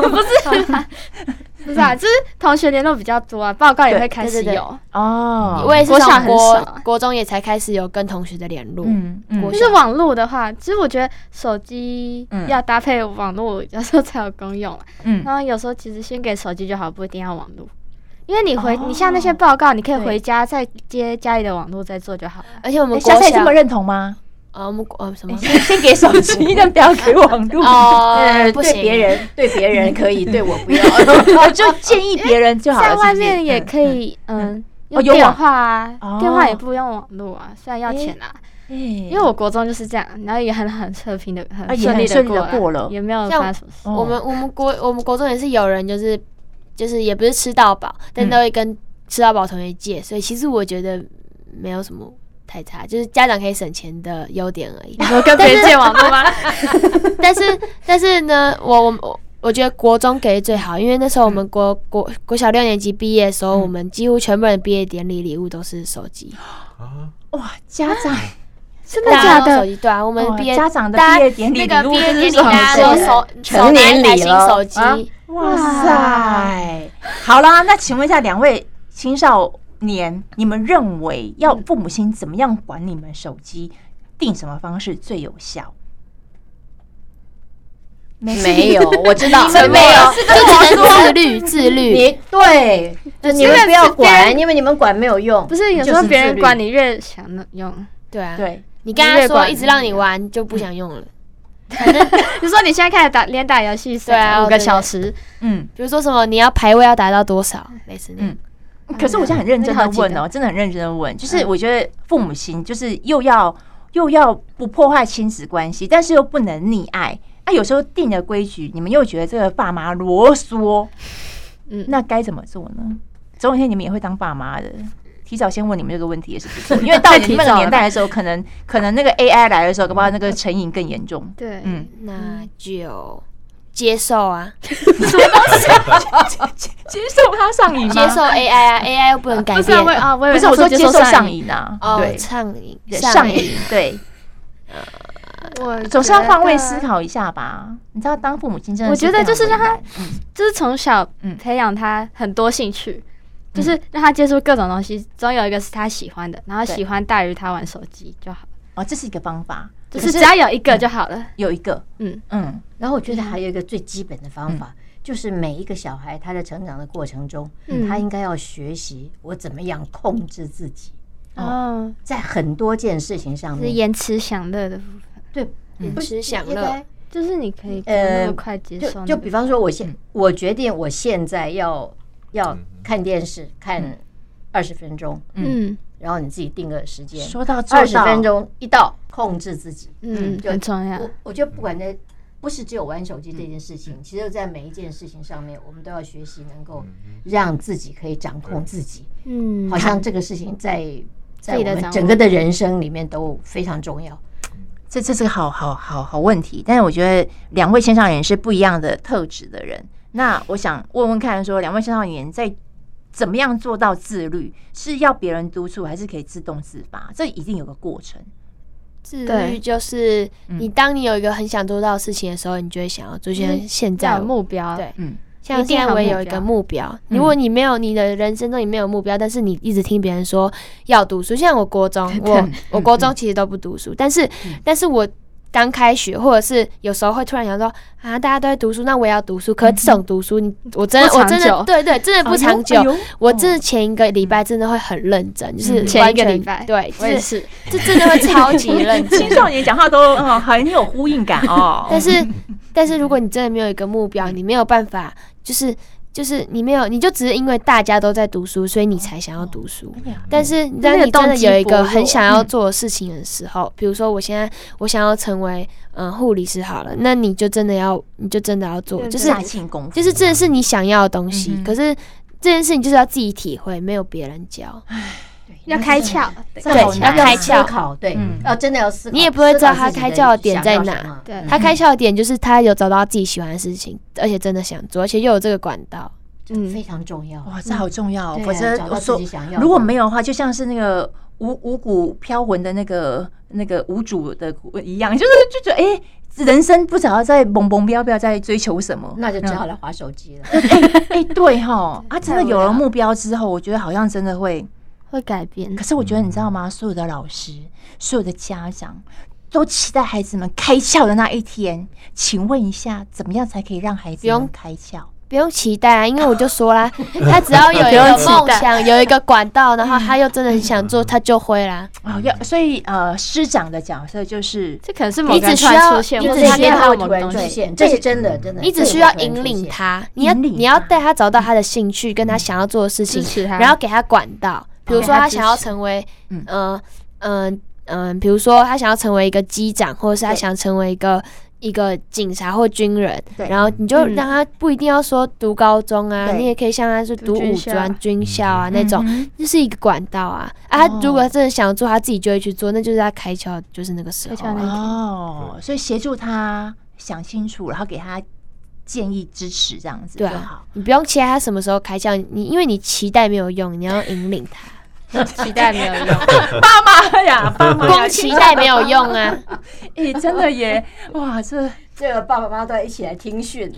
Speaker 2: 不是啊，就是同学联络比较多啊，报告也会开始
Speaker 3: 对对对
Speaker 2: 有，
Speaker 4: 哦，
Speaker 3: 我也是
Speaker 2: 国小
Speaker 3: 上
Speaker 2: 很
Speaker 3: 国
Speaker 2: 少
Speaker 3: 国中也才开始有跟同学的联络，
Speaker 4: 嗯嗯
Speaker 3: 国
Speaker 2: 就是网络的话，其实我觉得手机
Speaker 4: 嗯
Speaker 2: 要搭配网络，有时候才有功用啊。
Speaker 4: 嗯，
Speaker 2: 然后有时候其实先给手机就好，不一定要网络，因为你回、你像那些报告，你可以
Speaker 4: 对
Speaker 2: 回家再接家里的网络再做就好了。
Speaker 3: 而且我们
Speaker 4: 诶
Speaker 3: 国
Speaker 4: 小蔡
Speaker 3: 小
Speaker 4: 这么认同吗？ <laughs>
Speaker 3: 啊，我们国呃什么
Speaker 4: 先先给手
Speaker 3: <laughs>
Speaker 4: 机，但不要给网络。呃
Speaker 3: 哦，不
Speaker 5: 对
Speaker 3: 行，
Speaker 5: 别人对别人可以，对我不
Speaker 3: <laughs>
Speaker 5: 要。
Speaker 4: <laughs> 我就建议别人就好了。
Speaker 2: 在外
Speaker 4: 是不是
Speaker 2: 面也可，以，
Speaker 4: 嗯
Speaker 2: 嗯，
Speaker 4: 哦
Speaker 2: 用
Speaker 4: 有
Speaker 2: 电
Speaker 4: 网
Speaker 2: 话啊，
Speaker 4: 哦
Speaker 2: 电话也不用网络啊，虽然要钱啊，
Speaker 4: 嗯因
Speaker 2: 因为我国中就是这样，然后也很很测评的，
Speaker 4: 啊
Speaker 2: 很
Speaker 4: 也很
Speaker 2: 利
Speaker 4: 顺
Speaker 2: 的
Speaker 4: 利地过
Speaker 2: 过
Speaker 4: 了
Speaker 2: 也没有
Speaker 3: 像
Speaker 2: 发生什么事。
Speaker 3: 我们我们国我们国中也是有人就是就是也不是吃到饱，但都会跟吃到饱同学借，所以其实我觉得没有什么太差，就是家长可以省钱的优点而已。
Speaker 2: 我跟别人借网络吗？
Speaker 3: <laughs> 但是但是呢，我我我我觉得国中给的最好，因为那时候我们国、国国小六年级毕业的时候，我们几乎全部人毕业典礼礼物都是手机，
Speaker 6: 啊，
Speaker 4: 哇，家长
Speaker 2: 真的
Speaker 3: 大
Speaker 2: 假
Speaker 3: 家都手
Speaker 2: 的？
Speaker 3: 机对啊啊，我们
Speaker 4: 哇
Speaker 3: 毕业
Speaker 4: 哦家长的
Speaker 3: 大家
Speaker 4: 毕业典礼礼
Speaker 3: 那个
Speaker 4: 物
Speaker 3: 毕业
Speaker 4: 真的
Speaker 3: 典
Speaker 4: 是
Speaker 3: 礼大家
Speaker 4: 很
Speaker 3: 都
Speaker 4: 多
Speaker 3: 手手
Speaker 5: 成
Speaker 3: 拿
Speaker 5: 年
Speaker 3: 一台
Speaker 5: 礼
Speaker 3: 新
Speaker 5: 了
Speaker 3: 手机。
Speaker 5: 啊
Speaker 4: 哇塞！好啦，那请问一下两位青少年，你们认为要父母亲怎么样管你们手机，定什么方式最有效？
Speaker 5: 没有，我知道，
Speaker 4: 你们没有
Speaker 3: 就只能自律，自律。
Speaker 5: 你对，就你们不要管，因为你们管没有用。
Speaker 2: 不是有时候别人管你越想用，
Speaker 3: 对啊，
Speaker 4: 对，
Speaker 3: 你跟
Speaker 2: 你
Speaker 3: 他
Speaker 2: 越
Speaker 3: 说
Speaker 2: 管
Speaker 3: 一直让你玩就不想用了。
Speaker 2: 就说你现在开始打连打游戏，
Speaker 3: 对啊
Speaker 2: 五个小时，
Speaker 4: 嗯。
Speaker 3: 比如说什么你要排位要达到多少，类似那
Speaker 4: 嗯可是我现在很认真的问哦，真的很认真的问，
Speaker 2: 嗯
Speaker 4: 就是我觉得父母亲就是又要又要不破坏亲子关系，但是又不能溺爱。啊，有时候定了规矩，你们又觉得这个爸妈啰嗦，
Speaker 2: 嗯，
Speaker 4: 那该怎么做呢？总有一天你们也会当爸妈的。提早先问你们这个问题也是不错，因为
Speaker 2: <laughs>
Speaker 4: 到你们那个年代的时候，可能可能那个 AI 来的时候，搞不好那个成瘾更
Speaker 2: <laughs>
Speaker 4: 严重。
Speaker 2: 对，
Speaker 4: 嗯，
Speaker 3: 那就接受啊，
Speaker 4: 接受他上瘾
Speaker 3: 接受 AI 啊，AI 又不能改
Speaker 2: 不是
Speaker 3: 变
Speaker 2: 啊。我啊，我以
Speaker 4: 不
Speaker 2: 为
Speaker 4: 是
Speaker 2: 他
Speaker 4: 我说
Speaker 2: 接
Speaker 4: 接受上
Speaker 2: 瘾，<laughs>
Speaker 4: 瘾啊，
Speaker 3: 哦，
Speaker 4: 对
Speaker 3: 上瘾，
Speaker 4: 对，上
Speaker 3: 瘾。
Speaker 4: 瘾，对，
Speaker 2: 我
Speaker 4: 总是要
Speaker 2: 觉
Speaker 4: 换位
Speaker 2: 得
Speaker 4: 思考一下吧。你知道，当父母亲真的，
Speaker 2: 我觉得就是让他，就是从小
Speaker 4: 嗯
Speaker 2: 培养他很多兴趣，就是让他接触各种东西，总有一个是他喜欢的，然后
Speaker 4: 对
Speaker 2: 喜欢大于他玩手机就好，
Speaker 4: 哦，这是一个方法，
Speaker 2: 就
Speaker 4: 可
Speaker 2: 是只要有一个就好了。
Speaker 4: 有一个，
Speaker 2: 嗯
Speaker 4: 嗯，
Speaker 5: 然后我觉得还有一个最基本的方法，就是每一个小孩他在成长的过程中，
Speaker 2: 嗯
Speaker 5: 他应该要学习我怎么样控制自己，
Speaker 2: 哦，
Speaker 5: 在很多件事情上
Speaker 2: 就是嗯
Speaker 5: 面，
Speaker 2: 延迟享乐的部分，
Speaker 5: 对，
Speaker 3: 不吃享
Speaker 5: 应
Speaker 3: 乐
Speaker 5: 该，
Speaker 2: 就是你可以不
Speaker 5: 呃
Speaker 2: 用那么快接受那
Speaker 5: 就
Speaker 2: 个。
Speaker 5: 就比方说，我现我决定我现在要要看电视看二十分钟，
Speaker 2: 嗯
Speaker 5: 然后你自己定个时间，
Speaker 4: 说到做
Speaker 5: 二十
Speaker 4: 到，
Speaker 5: 分钟一到，控制自己。
Speaker 2: 嗯，
Speaker 5: 就
Speaker 2: 很重要
Speaker 5: 我。我觉得不管在不是只有玩手机这件事情，其实在每一件事情上面，我们都要学习能够让自己可以掌控自己。
Speaker 2: 嗯
Speaker 5: 好，像这个事情在
Speaker 2: 自
Speaker 5: 在我
Speaker 2: 己的
Speaker 5: 们
Speaker 2: 掌握
Speaker 5: 整个的人生里面都非常重要。
Speaker 4: 这这是个好好好好问题，但是我觉得两位青少年是不一样的特质的人。那我想问问看说两位青少年在怎么样做到自律？是要别人督促，还是可以自动自发？这一定有个过程。
Speaker 3: 自律
Speaker 2: 对
Speaker 3: 就是
Speaker 4: 嗯
Speaker 3: 你当你有一个很想做到的事情的时候，你就会想要做。
Speaker 2: 是
Speaker 3: 现现在
Speaker 2: 要有目标，
Speaker 3: 对
Speaker 4: 嗯，
Speaker 3: 像
Speaker 2: 一定
Speaker 3: 现
Speaker 2: 要
Speaker 3: 在我
Speaker 2: 有
Speaker 3: 也有
Speaker 2: 目
Speaker 3: 一个
Speaker 2: 标
Speaker 3: 目标，如果你没有你的人生中你没有目标，但是你一直听别
Speaker 2: <laughs>
Speaker 3: 人
Speaker 2: 嗯
Speaker 3: 说要读书，像我国中，我我国中其实都不读书，但是但是我刚开学，或者是有时候会突然想说啊，大家都在读书，那我也要读书。可是这种读书，你我真的
Speaker 2: 嗯不
Speaker 3: 我
Speaker 2: 长
Speaker 3: 真的
Speaker 2: 久哦
Speaker 3: 对对，真的不长久
Speaker 4: 哎。呦
Speaker 3: 我真的前一个礼拜真的会很认真，就是
Speaker 2: 嗯前一个
Speaker 3: 完全
Speaker 2: 礼拜
Speaker 3: 对，
Speaker 2: 我
Speaker 3: 就
Speaker 2: 也
Speaker 3: 是
Speaker 2: 是，
Speaker 3: 这真的会超级认真
Speaker 2: <laughs>
Speaker 4: 青。少年讲话都嗯很有呼应感哦。 <laughs>
Speaker 3: 但是，但是如果你真的没有一个目标，你没有办法，就是就是你没有，你就只是因为大家都在读书，所以你才想要读书。但是当
Speaker 2: 哎那
Speaker 3: 你
Speaker 2: 个
Speaker 3: 真
Speaker 2: 动
Speaker 3: 的
Speaker 2: 机
Speaker 3: 有一
Speaker 2: 薄
Speaker 3: 个
Speaker 2: 弱
Speaker 3: 很想要做的事情的时候，比如说我现在我想要成为嗯护理师好了，那你就真的要，你就真的要做，就是
Speaker 4: 下庆功，
Speaker 3: 就是真的是你想要的东西。
Speaker 2: 嗯
Speaker 3: 可是这件事情就是要自己体会，没有别人教。
Speaker 2: 嗯要开窍，
Speaker 5: 对
Speaker 3: 对要开窍
Speaker 5: 思考，对
Speaker 4: 嗯，
Speaker 5: 要真的要思考，
Speaker 3: 你也不会知道
Speaker 5: 思考
Speaker 3: 他
Speaker 5: 自己
Speaker 3: 开窍的点
Speaker 5: 想
Speaker 3: 在
Speaker 5: 要
Speaker 3: 哪
Speaker 5: 什么
Speaker 2: 对
Speaker 3: 他开窍的点就是他有找到自己喜欢的事情，而且真的想做，而且又有这个管道。
Speaker 5: 非
Speaker 2: 嗯，
Speaker 5: 常重要。
Speaker 4: 哇，这好重要哦，
Speaker 5: 对啊
Speaker 4: 否则
Speaker 5: 找到
Speaker 4: 我
Speaker 5: 自
Speaker 4: 说
Speaker 5: 己想要的
Speaker 4: 如果没有的话，就像是那个五五谷飘魂的那个那个五主的谷一样，就是就觉得哎。人生不知道在蹦蹦不要不要在追求什么，
Speaker 5: 那就只好
Speaker 3: 嗯
Speaker 5: 来划手机了。
Speaker 4: 哎、对
Speaker 5: <laughs>
Speaker 4: 哈，啊，真的有了目标之后，我觉得好像真的会。
Speaker 2: 会改变
Speaker 4: 可。是我觉得你知道吗？所有的老师，所有的家长，都期待孩子们开窍的那一天。请问一下，怎么样才可以让孩子
Speaker 3: 不用
Speaker 4: 们开窍？
Speaker 3: 不用期待啊，因为我就说啦，他只要有一个梦想，有一个管道，然后他又真的很想做，他就会啦。
Speaker 4: 哦，要所以呃，师长的角色就是
Speaker 2: 这可能是某
Speaker 3: 你
Speaker 2: 个人
Speaker 3: 只
Speaker 2: 突
Speaker 3: 需
Speaker 2: 然
Speaker 3: 要
Speaker 2: 出现，
Speaker 3: 你
Speaker 2: 或
Speaker 3: 只
Speaker 2: 者
Speaker 3: 需
Speaker 2: 他看
Speaker 3: 要
Speaker 2: 到某
Speaker 5: 突
Speaker 2: 个
Speaker 5: 然
Speaker 2: 东
Speaker 5: 出
Speaker 2: 西，
Speaker 5: 现，这是真的，真的。
Speaker 3: 你只需要引领他，你要
Speaker 4: 引领他
Speaker 3: 你要带他找到他的兴趣，跟他想要做的事
Speaker 2: 支
Speaker 3: 情，
Speaker 2: 持他，
Speaker 3: 然后给他管道。比如说他想要成为
Speaker 4: 嗯，
Speaker 3: 呃，嗯嗯，比如说他想要成为一个机长，或者是他想成为一个一个警察或军人，
Speaker 4: 对
Speaker 3: 然后你就
Speaker 2: 嗯
Speaker 3: 让他不一定要说读高中啊，
Speaker 4: 对
Speaker 3: 你也可以像他是
Speaker 2: 读
Speaker 3: 读
Speaker 2: 军
Speaker 3: 五
Speaker 2: 校
Speaker 3: 专、军校啊那种。
Speaker 4: 嗯
Speaker 3: 这是一个管道啊啊！
Speaker 4: 哦
Speaker 3: 他如果真的想做，他自己就会去做，那就是他开窍，就是那个时候
Speaker 2: 开窍那
Speaker 3: 啊、
Speaker 2: 一
Speaker 4: 哦，所以协助他想清楚，然后给他建议支持，这样子就
Speaker 3: 对啊
Speaker 4: 好。
Speaker 3: 你不用期待他什么时候开窍，你因为你期待没有用，你要引领他。
Speaker 2: 期待没有用，
Speaker 4: 爸妈呀，爸妈呀
Speaker 3: <laughs> 光期待没有用啊！
Speaker 4: 哎、真的耶！哇，这
Speaker 5: 这个爸爸妈妈都要一起来听训。
Speaker 3: <laughs>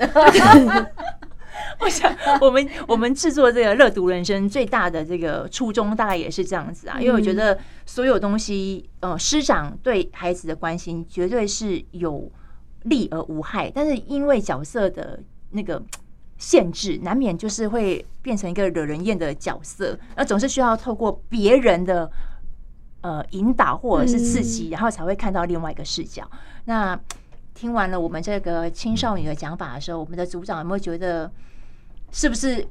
Speaker 4: 我想， <laughs> 我们我们制作这个《热读人生》最大的这个初衷，大概也是这样子啊。因为我觉得所有东西，呃，师长对孩子的关心绝对是有利而无害，但是因为角色的那个限制，难免就是会变成一个惹人厌的角色。那呃总是需要透过别人的呃引导或者是刺激，然后才会看到另外一个视角。那听完了我们这个青少年的讲法的时候，我们的组长有没有觉得，是不是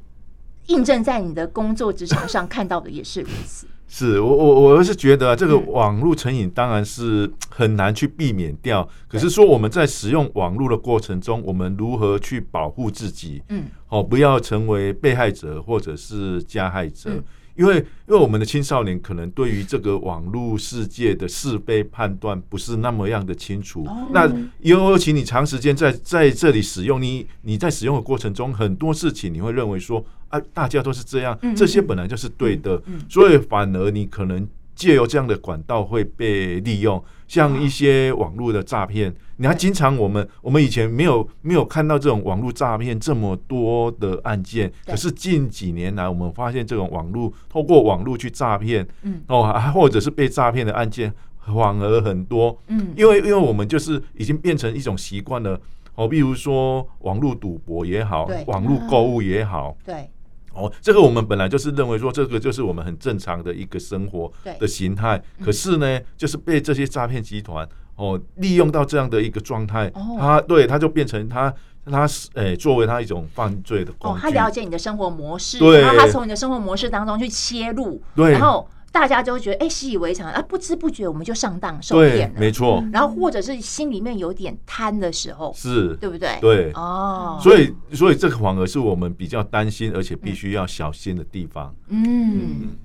Speaker 4: 印证在你的工作职场上看到的也是如
Speaker 5: <laughs>
Speaker 4: 此？
Speaker 6: 是我我我是觉得、啊、这个
Speaker 4: 嗯
Speaker 6: 网络成瘾当然是很难去避免掉，可是说我们在使用网络的过程中，我们如何去保护自己？
Speaker 4: 嗯，
Speaker 6: 哦，不要成为被害者或者是加害者，
Speaker 4: 嗯
Speaker 6: 因为因为我们的青少年可能对于这个网络世界的是非判断不是那么样的清楚。
Speaker 4: 哦
Speaker 6: 那尤尤其你长时间在在这里使用，你你在使用的过程中，很多事情你会认为说啊，大家都是这
Speaker 4: 嗯
Speaker 6: 样，这些本来就是对的，所以反而你可能借由这样的管道会被利用，
Speaker 4: 啊
Speaker 6: 像一些网络的诈骗，你还经常我们我们以前没有没有看到这种网络诈骗这么多的案件，可是近几年来我们发现这种网络透过网络去诈骗，
Speaker 4: 嗯
Speaker 6: 哦，还或者是被诈骗的案件反而很多，
Speaker 4: 嗯，
Speaker 6: 因为因为我们就是已经变成一种习惯了。哦，比如说网络赌博也好
Speaker 5: 对，
Speaker 6: 网
Speaker 4: 啊
Speaker 6: 络购物也好，
Speaker 4: 对，
Speaker 6: 哦，这个我们本来就是认为说，这个就是我们很正常的一个生活
Speaker 4: 对嗯
Speaker 6: 的形态。可是呢，就是被这些诈骗集团哦利用到这样的一个状态，
Speaker 4: 哦
Speaker 6: 他对他就变成他他是诶作为他一种犯罪的工
Speaker 4: 哦
Speaker 6: 具。，
Speaker 4: 他了解你的生活模式，
Speaker 6: 对
Speaker 4: 然后他从你的生活模式当中去切入，
Speaker 6: 对
Speaker 4: 然后大家就会觉得哎、习以为常，啊，不知不觉我们就上当受
Speaker 6: 对
Speaker 4: 骗，了嗯
Speaker 6: 没。错，
Speaker 4: 然后或者是心里面有点贪的时候，
Speaker 6: 是，
Speaker 4: 对不对？
Speaker 6: 对。
Speaker 5: 嗯
Speaker 4: 哦，
Speaker 6: 所以，所以这个反而是我们比较担心，而且必须要小心的地方。
Speaker 4: 嗯，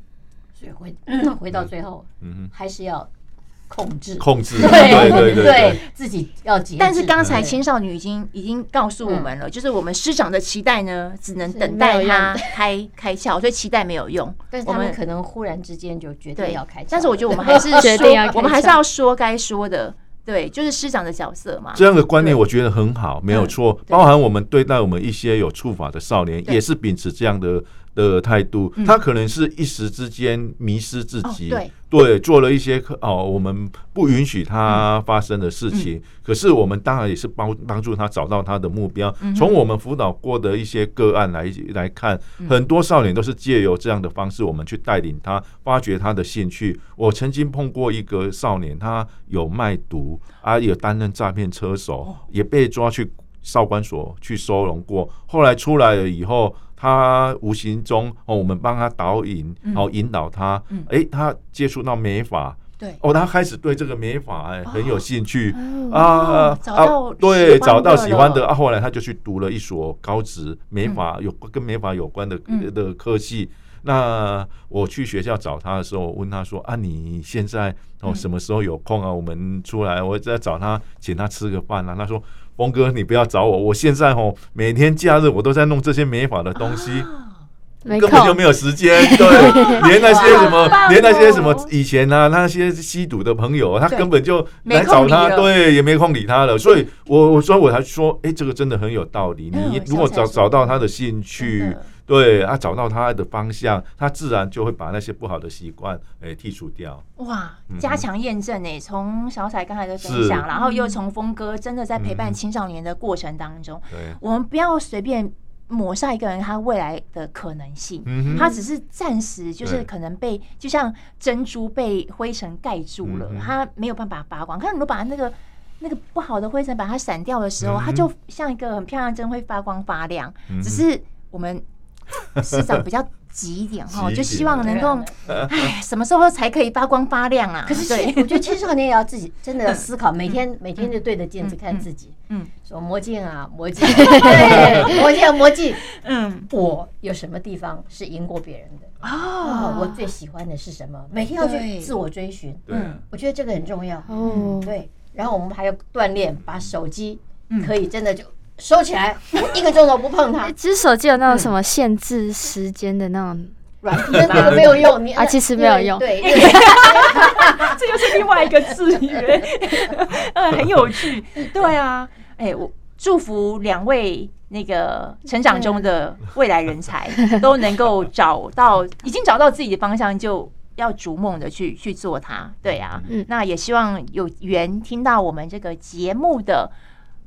Speaker 5: 所以回回到最后，
Speaker 6: 嗯
Speaker 5: 还是要控制，
Speaker 6: 哼，控制，
Speaker 5: 对
Speaker 6: 对
Speaker 5: 对
Speaker 6: 对，
Speaker 5: 自己要节制。
Speaker 4: 但是刚才
Speaker 5: 对
Speaker 4: 青少女已经已经告诉我们了，就是我们师长的期待呢，只能等
Speaker 5: 嗯没
Speaker 4: 待
Speaker 5: 有
Speaker 4: 他
Speaker 5: 用
Speaker 4: 开开窍，所以期待没有用。
Speaker 5: <laughs> 但是
Speaker 4: 我
Speaker 5: 他们
Speaker 4: 们
Speaker 5: 可能忽然之间就决定
Speaker 4: 对
Speaker 5: 要开枪了，
Speaker 4: 但是我觉得我们还 <laughs> 是
Speaker 2: 决定要开
Speaker 4: 说，
Speaker 2: 窍
Speaker 4: 我们还是要说该说的，对，就是师长的角色嘛。
Speaker 6: 这样的观念我觉得很好，没有错。包含我们对待我们一些有触法的少年，
Speaker 4: 对
Speaker 6: 也是秉持这样的的态度，他可能是一时之间迷失自己，
Speaker 4: 哦
Speaker 6: 对，做了一些可哦我们不允许他发生的事情。可是我们当然也是帮帮助他找到他的目标。从我们辅导过的一些个案来来看，很多少年都是借由这样的方式，我们去带领他发掘他的兴趣。我曾经碰过一个少年，他有卖毒啊，有担任诈骗车手，也被抓去。少管所去收容过，后来出来了以后，他无形中哦，我们帮他导引，哦引导他，哎、
Speaker 4: 嗯
Speaker 6: 他接触到美法，
Speaker 4: 对
Speaker 6: 哦，他开始对这个美法哎、很有兴趣、
Speaker 4: 哦
Speaker 6: 啊，
Speaker 4: 找到
Speaker 6: 啊
Speaker 4: 喜
Speaker 6: 对
Speaker 4: 欢
Speaker 6: 找到
Speaker 4: 的
Speaker 6: 喜欢的
Speaker 4: 了
Speaker 6: 啊，后来他就去读了一所高职美法、有跟美法有关的、
Speaker 4: 嗯
Speaker 6: 的科系。那我去学校找他的时候，我问他说：“啊，你现在哦
Speaker 4: 嗯
Speaker 6: 什么时候有空啊？我们出来，我再找他，请他吃个饭啊。”他说：“峰哥，你不要找我，我现在哦每天假日我都在弄这些美法的东
Speaker 4: 啊
Speaker 6: 西。
Speaker 2: 没
Speaker 6: 根本就
Speaker 2: 空，
Speaker 6: 没有时
Speaker 2: <laughs>
Speaker 6: 间，对，连那些什么
Speaker 4: 好棒哦，
Speaker 6: 连那些什么以前啊，那些吸毒的朋友，他
Speaker 4: 对
Speaker 6: 根本就
Speaker 4: 没
Speaker 6: 来找
Speaker 4: 空
Speaker 6: 他，
Speaker 4: 理了
Speaker 6: 对，也没空理他了。所以我我说我才说，哎，这个真的很有道理。
Speaker 4: 嗯
Speaker 6: 你如果
Speaker 4: 小彩
Speaker 6: 找
Speaker 4: 说
Speaker 6: 找到他的兴
Speaker 4: 真
Speaker 6: 趣
Speaker 4: 的，
Speaker 6: 对啊，找到他的方向，他自然就会把那些不好的习惯，哎，剔除掉。
Speaker 4: 哇，
Speaker 6: 嗯
Speaker 4: 加强验证哎、从小彩刚才的分享，
Speaker 6: 是
Speaker 4: 然后又从峰哥真的在陪伴
Speaker 6: 嗯
Speaker 4: 青少年的过程当中，
Speaker 6: 对，
Speaker 4: 我们不要随便抹杀一个人他未来的可能性。
Speaker 6: 嗯
Speaker 4: 他
Speaker 6: 哼，
Speaker 4: 只是暂时就是
Speaker 6: 对
Speaker 4: 可能被就像珍珠被灰尘盖住了
Speaker 6: 嗯，嗯
Speaker 4: 他没有办法发光。可是你如果把那个那个不好的灰尘把它闪掉的时候，
Speaker 6: 嗯
Speaker 4: 它就像一个很漂亮的针会发光发亮。
Speaker 6: 嗯
Speaker 4: 只是我们市长比较急一点哈，
Speaker 6: <laughs> 急一点
Speaker 4: 就希望能够，哎，什么时候才可以发光发亮啊？
Speaker 5: 啊可是
Speaker 4: 对
Speaker 5: 其我觉得青少年也要自己真的要思考，每天每天就对着镜子看自己，
Speaker 4: 嗯嗯
Speaker 5: 嗯，说魔镜啊，魔镜，对魔镜啊，魔镜，
Speaker 4: 嗯
Speaker 5: 我有什么地方是赢过别人的？
Speaker 4: 哦，
Speaker 5: 啊，我最喜欢的是什么？每天要
Speaker 4: 对
Speaker 5: 去自我追寻，
Speaker 6: 对，
Speaker 4: 嗯
Speaker 5: 我觉得这个很重要。
Speaker 2: 哦，
Speaker 5: 对，然后我们还要锻炼，把手机
Speaker 4: 嗯
Speaker 5: 可以真的就收起来，我一个钟头不碰它
Speaker 2: <laughs> 诶，哎其实手机有那种什么限制时间的那种，
Speaker 5: 软体那个没有用，你
Speaker 2: 啊其实没有用
Speaker 5: 对，对
Speaker 9: 这又是另外一个制
Speaker 2: <laughs>
Speaker 9: 约，呃，很有趣。
Speaker 4: 对啊，哎，我祝福两位那个成长中的未来人
Speaker 2: <laughs>
Speaker 4: 才都能够找到，已经找到自己的方向，就要逐梦的去去做它。对啊，
Speaker 2: 嗯
Speaker 4: 那也希望有缘听到我们这个节目的，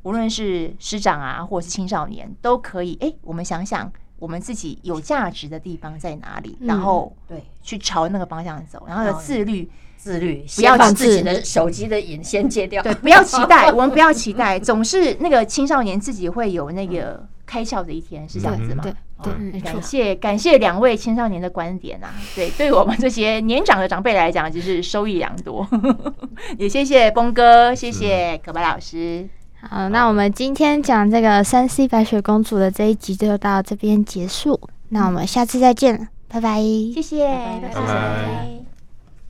Speaker 4: 无论是师长啊，或者是青少年，都可以。哎，我们想想我们自己有价值的地方在哪里，
Speaker 2: 嗯
Speaker 4: 然后
Speaker 5: 对，
Speaker 4: 去朝那个方向走，然后要
Speaker 5: 哦
Speaker 4: 自律。
Speaker 5: 自律，
Speaker 4: 不要
Speaker 5: 先把
Speaker 2: 放
Speaker 5: 自己
Speaker 2: 置
Speaker 5: 的手机的瘾先戒掉， <laughs>
Speaker 4: 对，不要期待， <laughs> 我们不要期待，总是那个青少年自己会有那个开窍的一天，是这样子吗？
Speaker 2: 嗯对对，没错
Speaker 4: 感，谢感谢两位青少年的观点啊，对，对我们这些年长的长辈来讲，就是收益良多。 <laughs> 也谢谢峰哥，谢谢可白老师，
Speaker 2: 好，那我们今天讲这个三 C 白雪公主的这一集就到这边结束，那我们下次再见了，拜拜。
Speaker 4: 谢谢，拜
Speaker 6: 拜拜。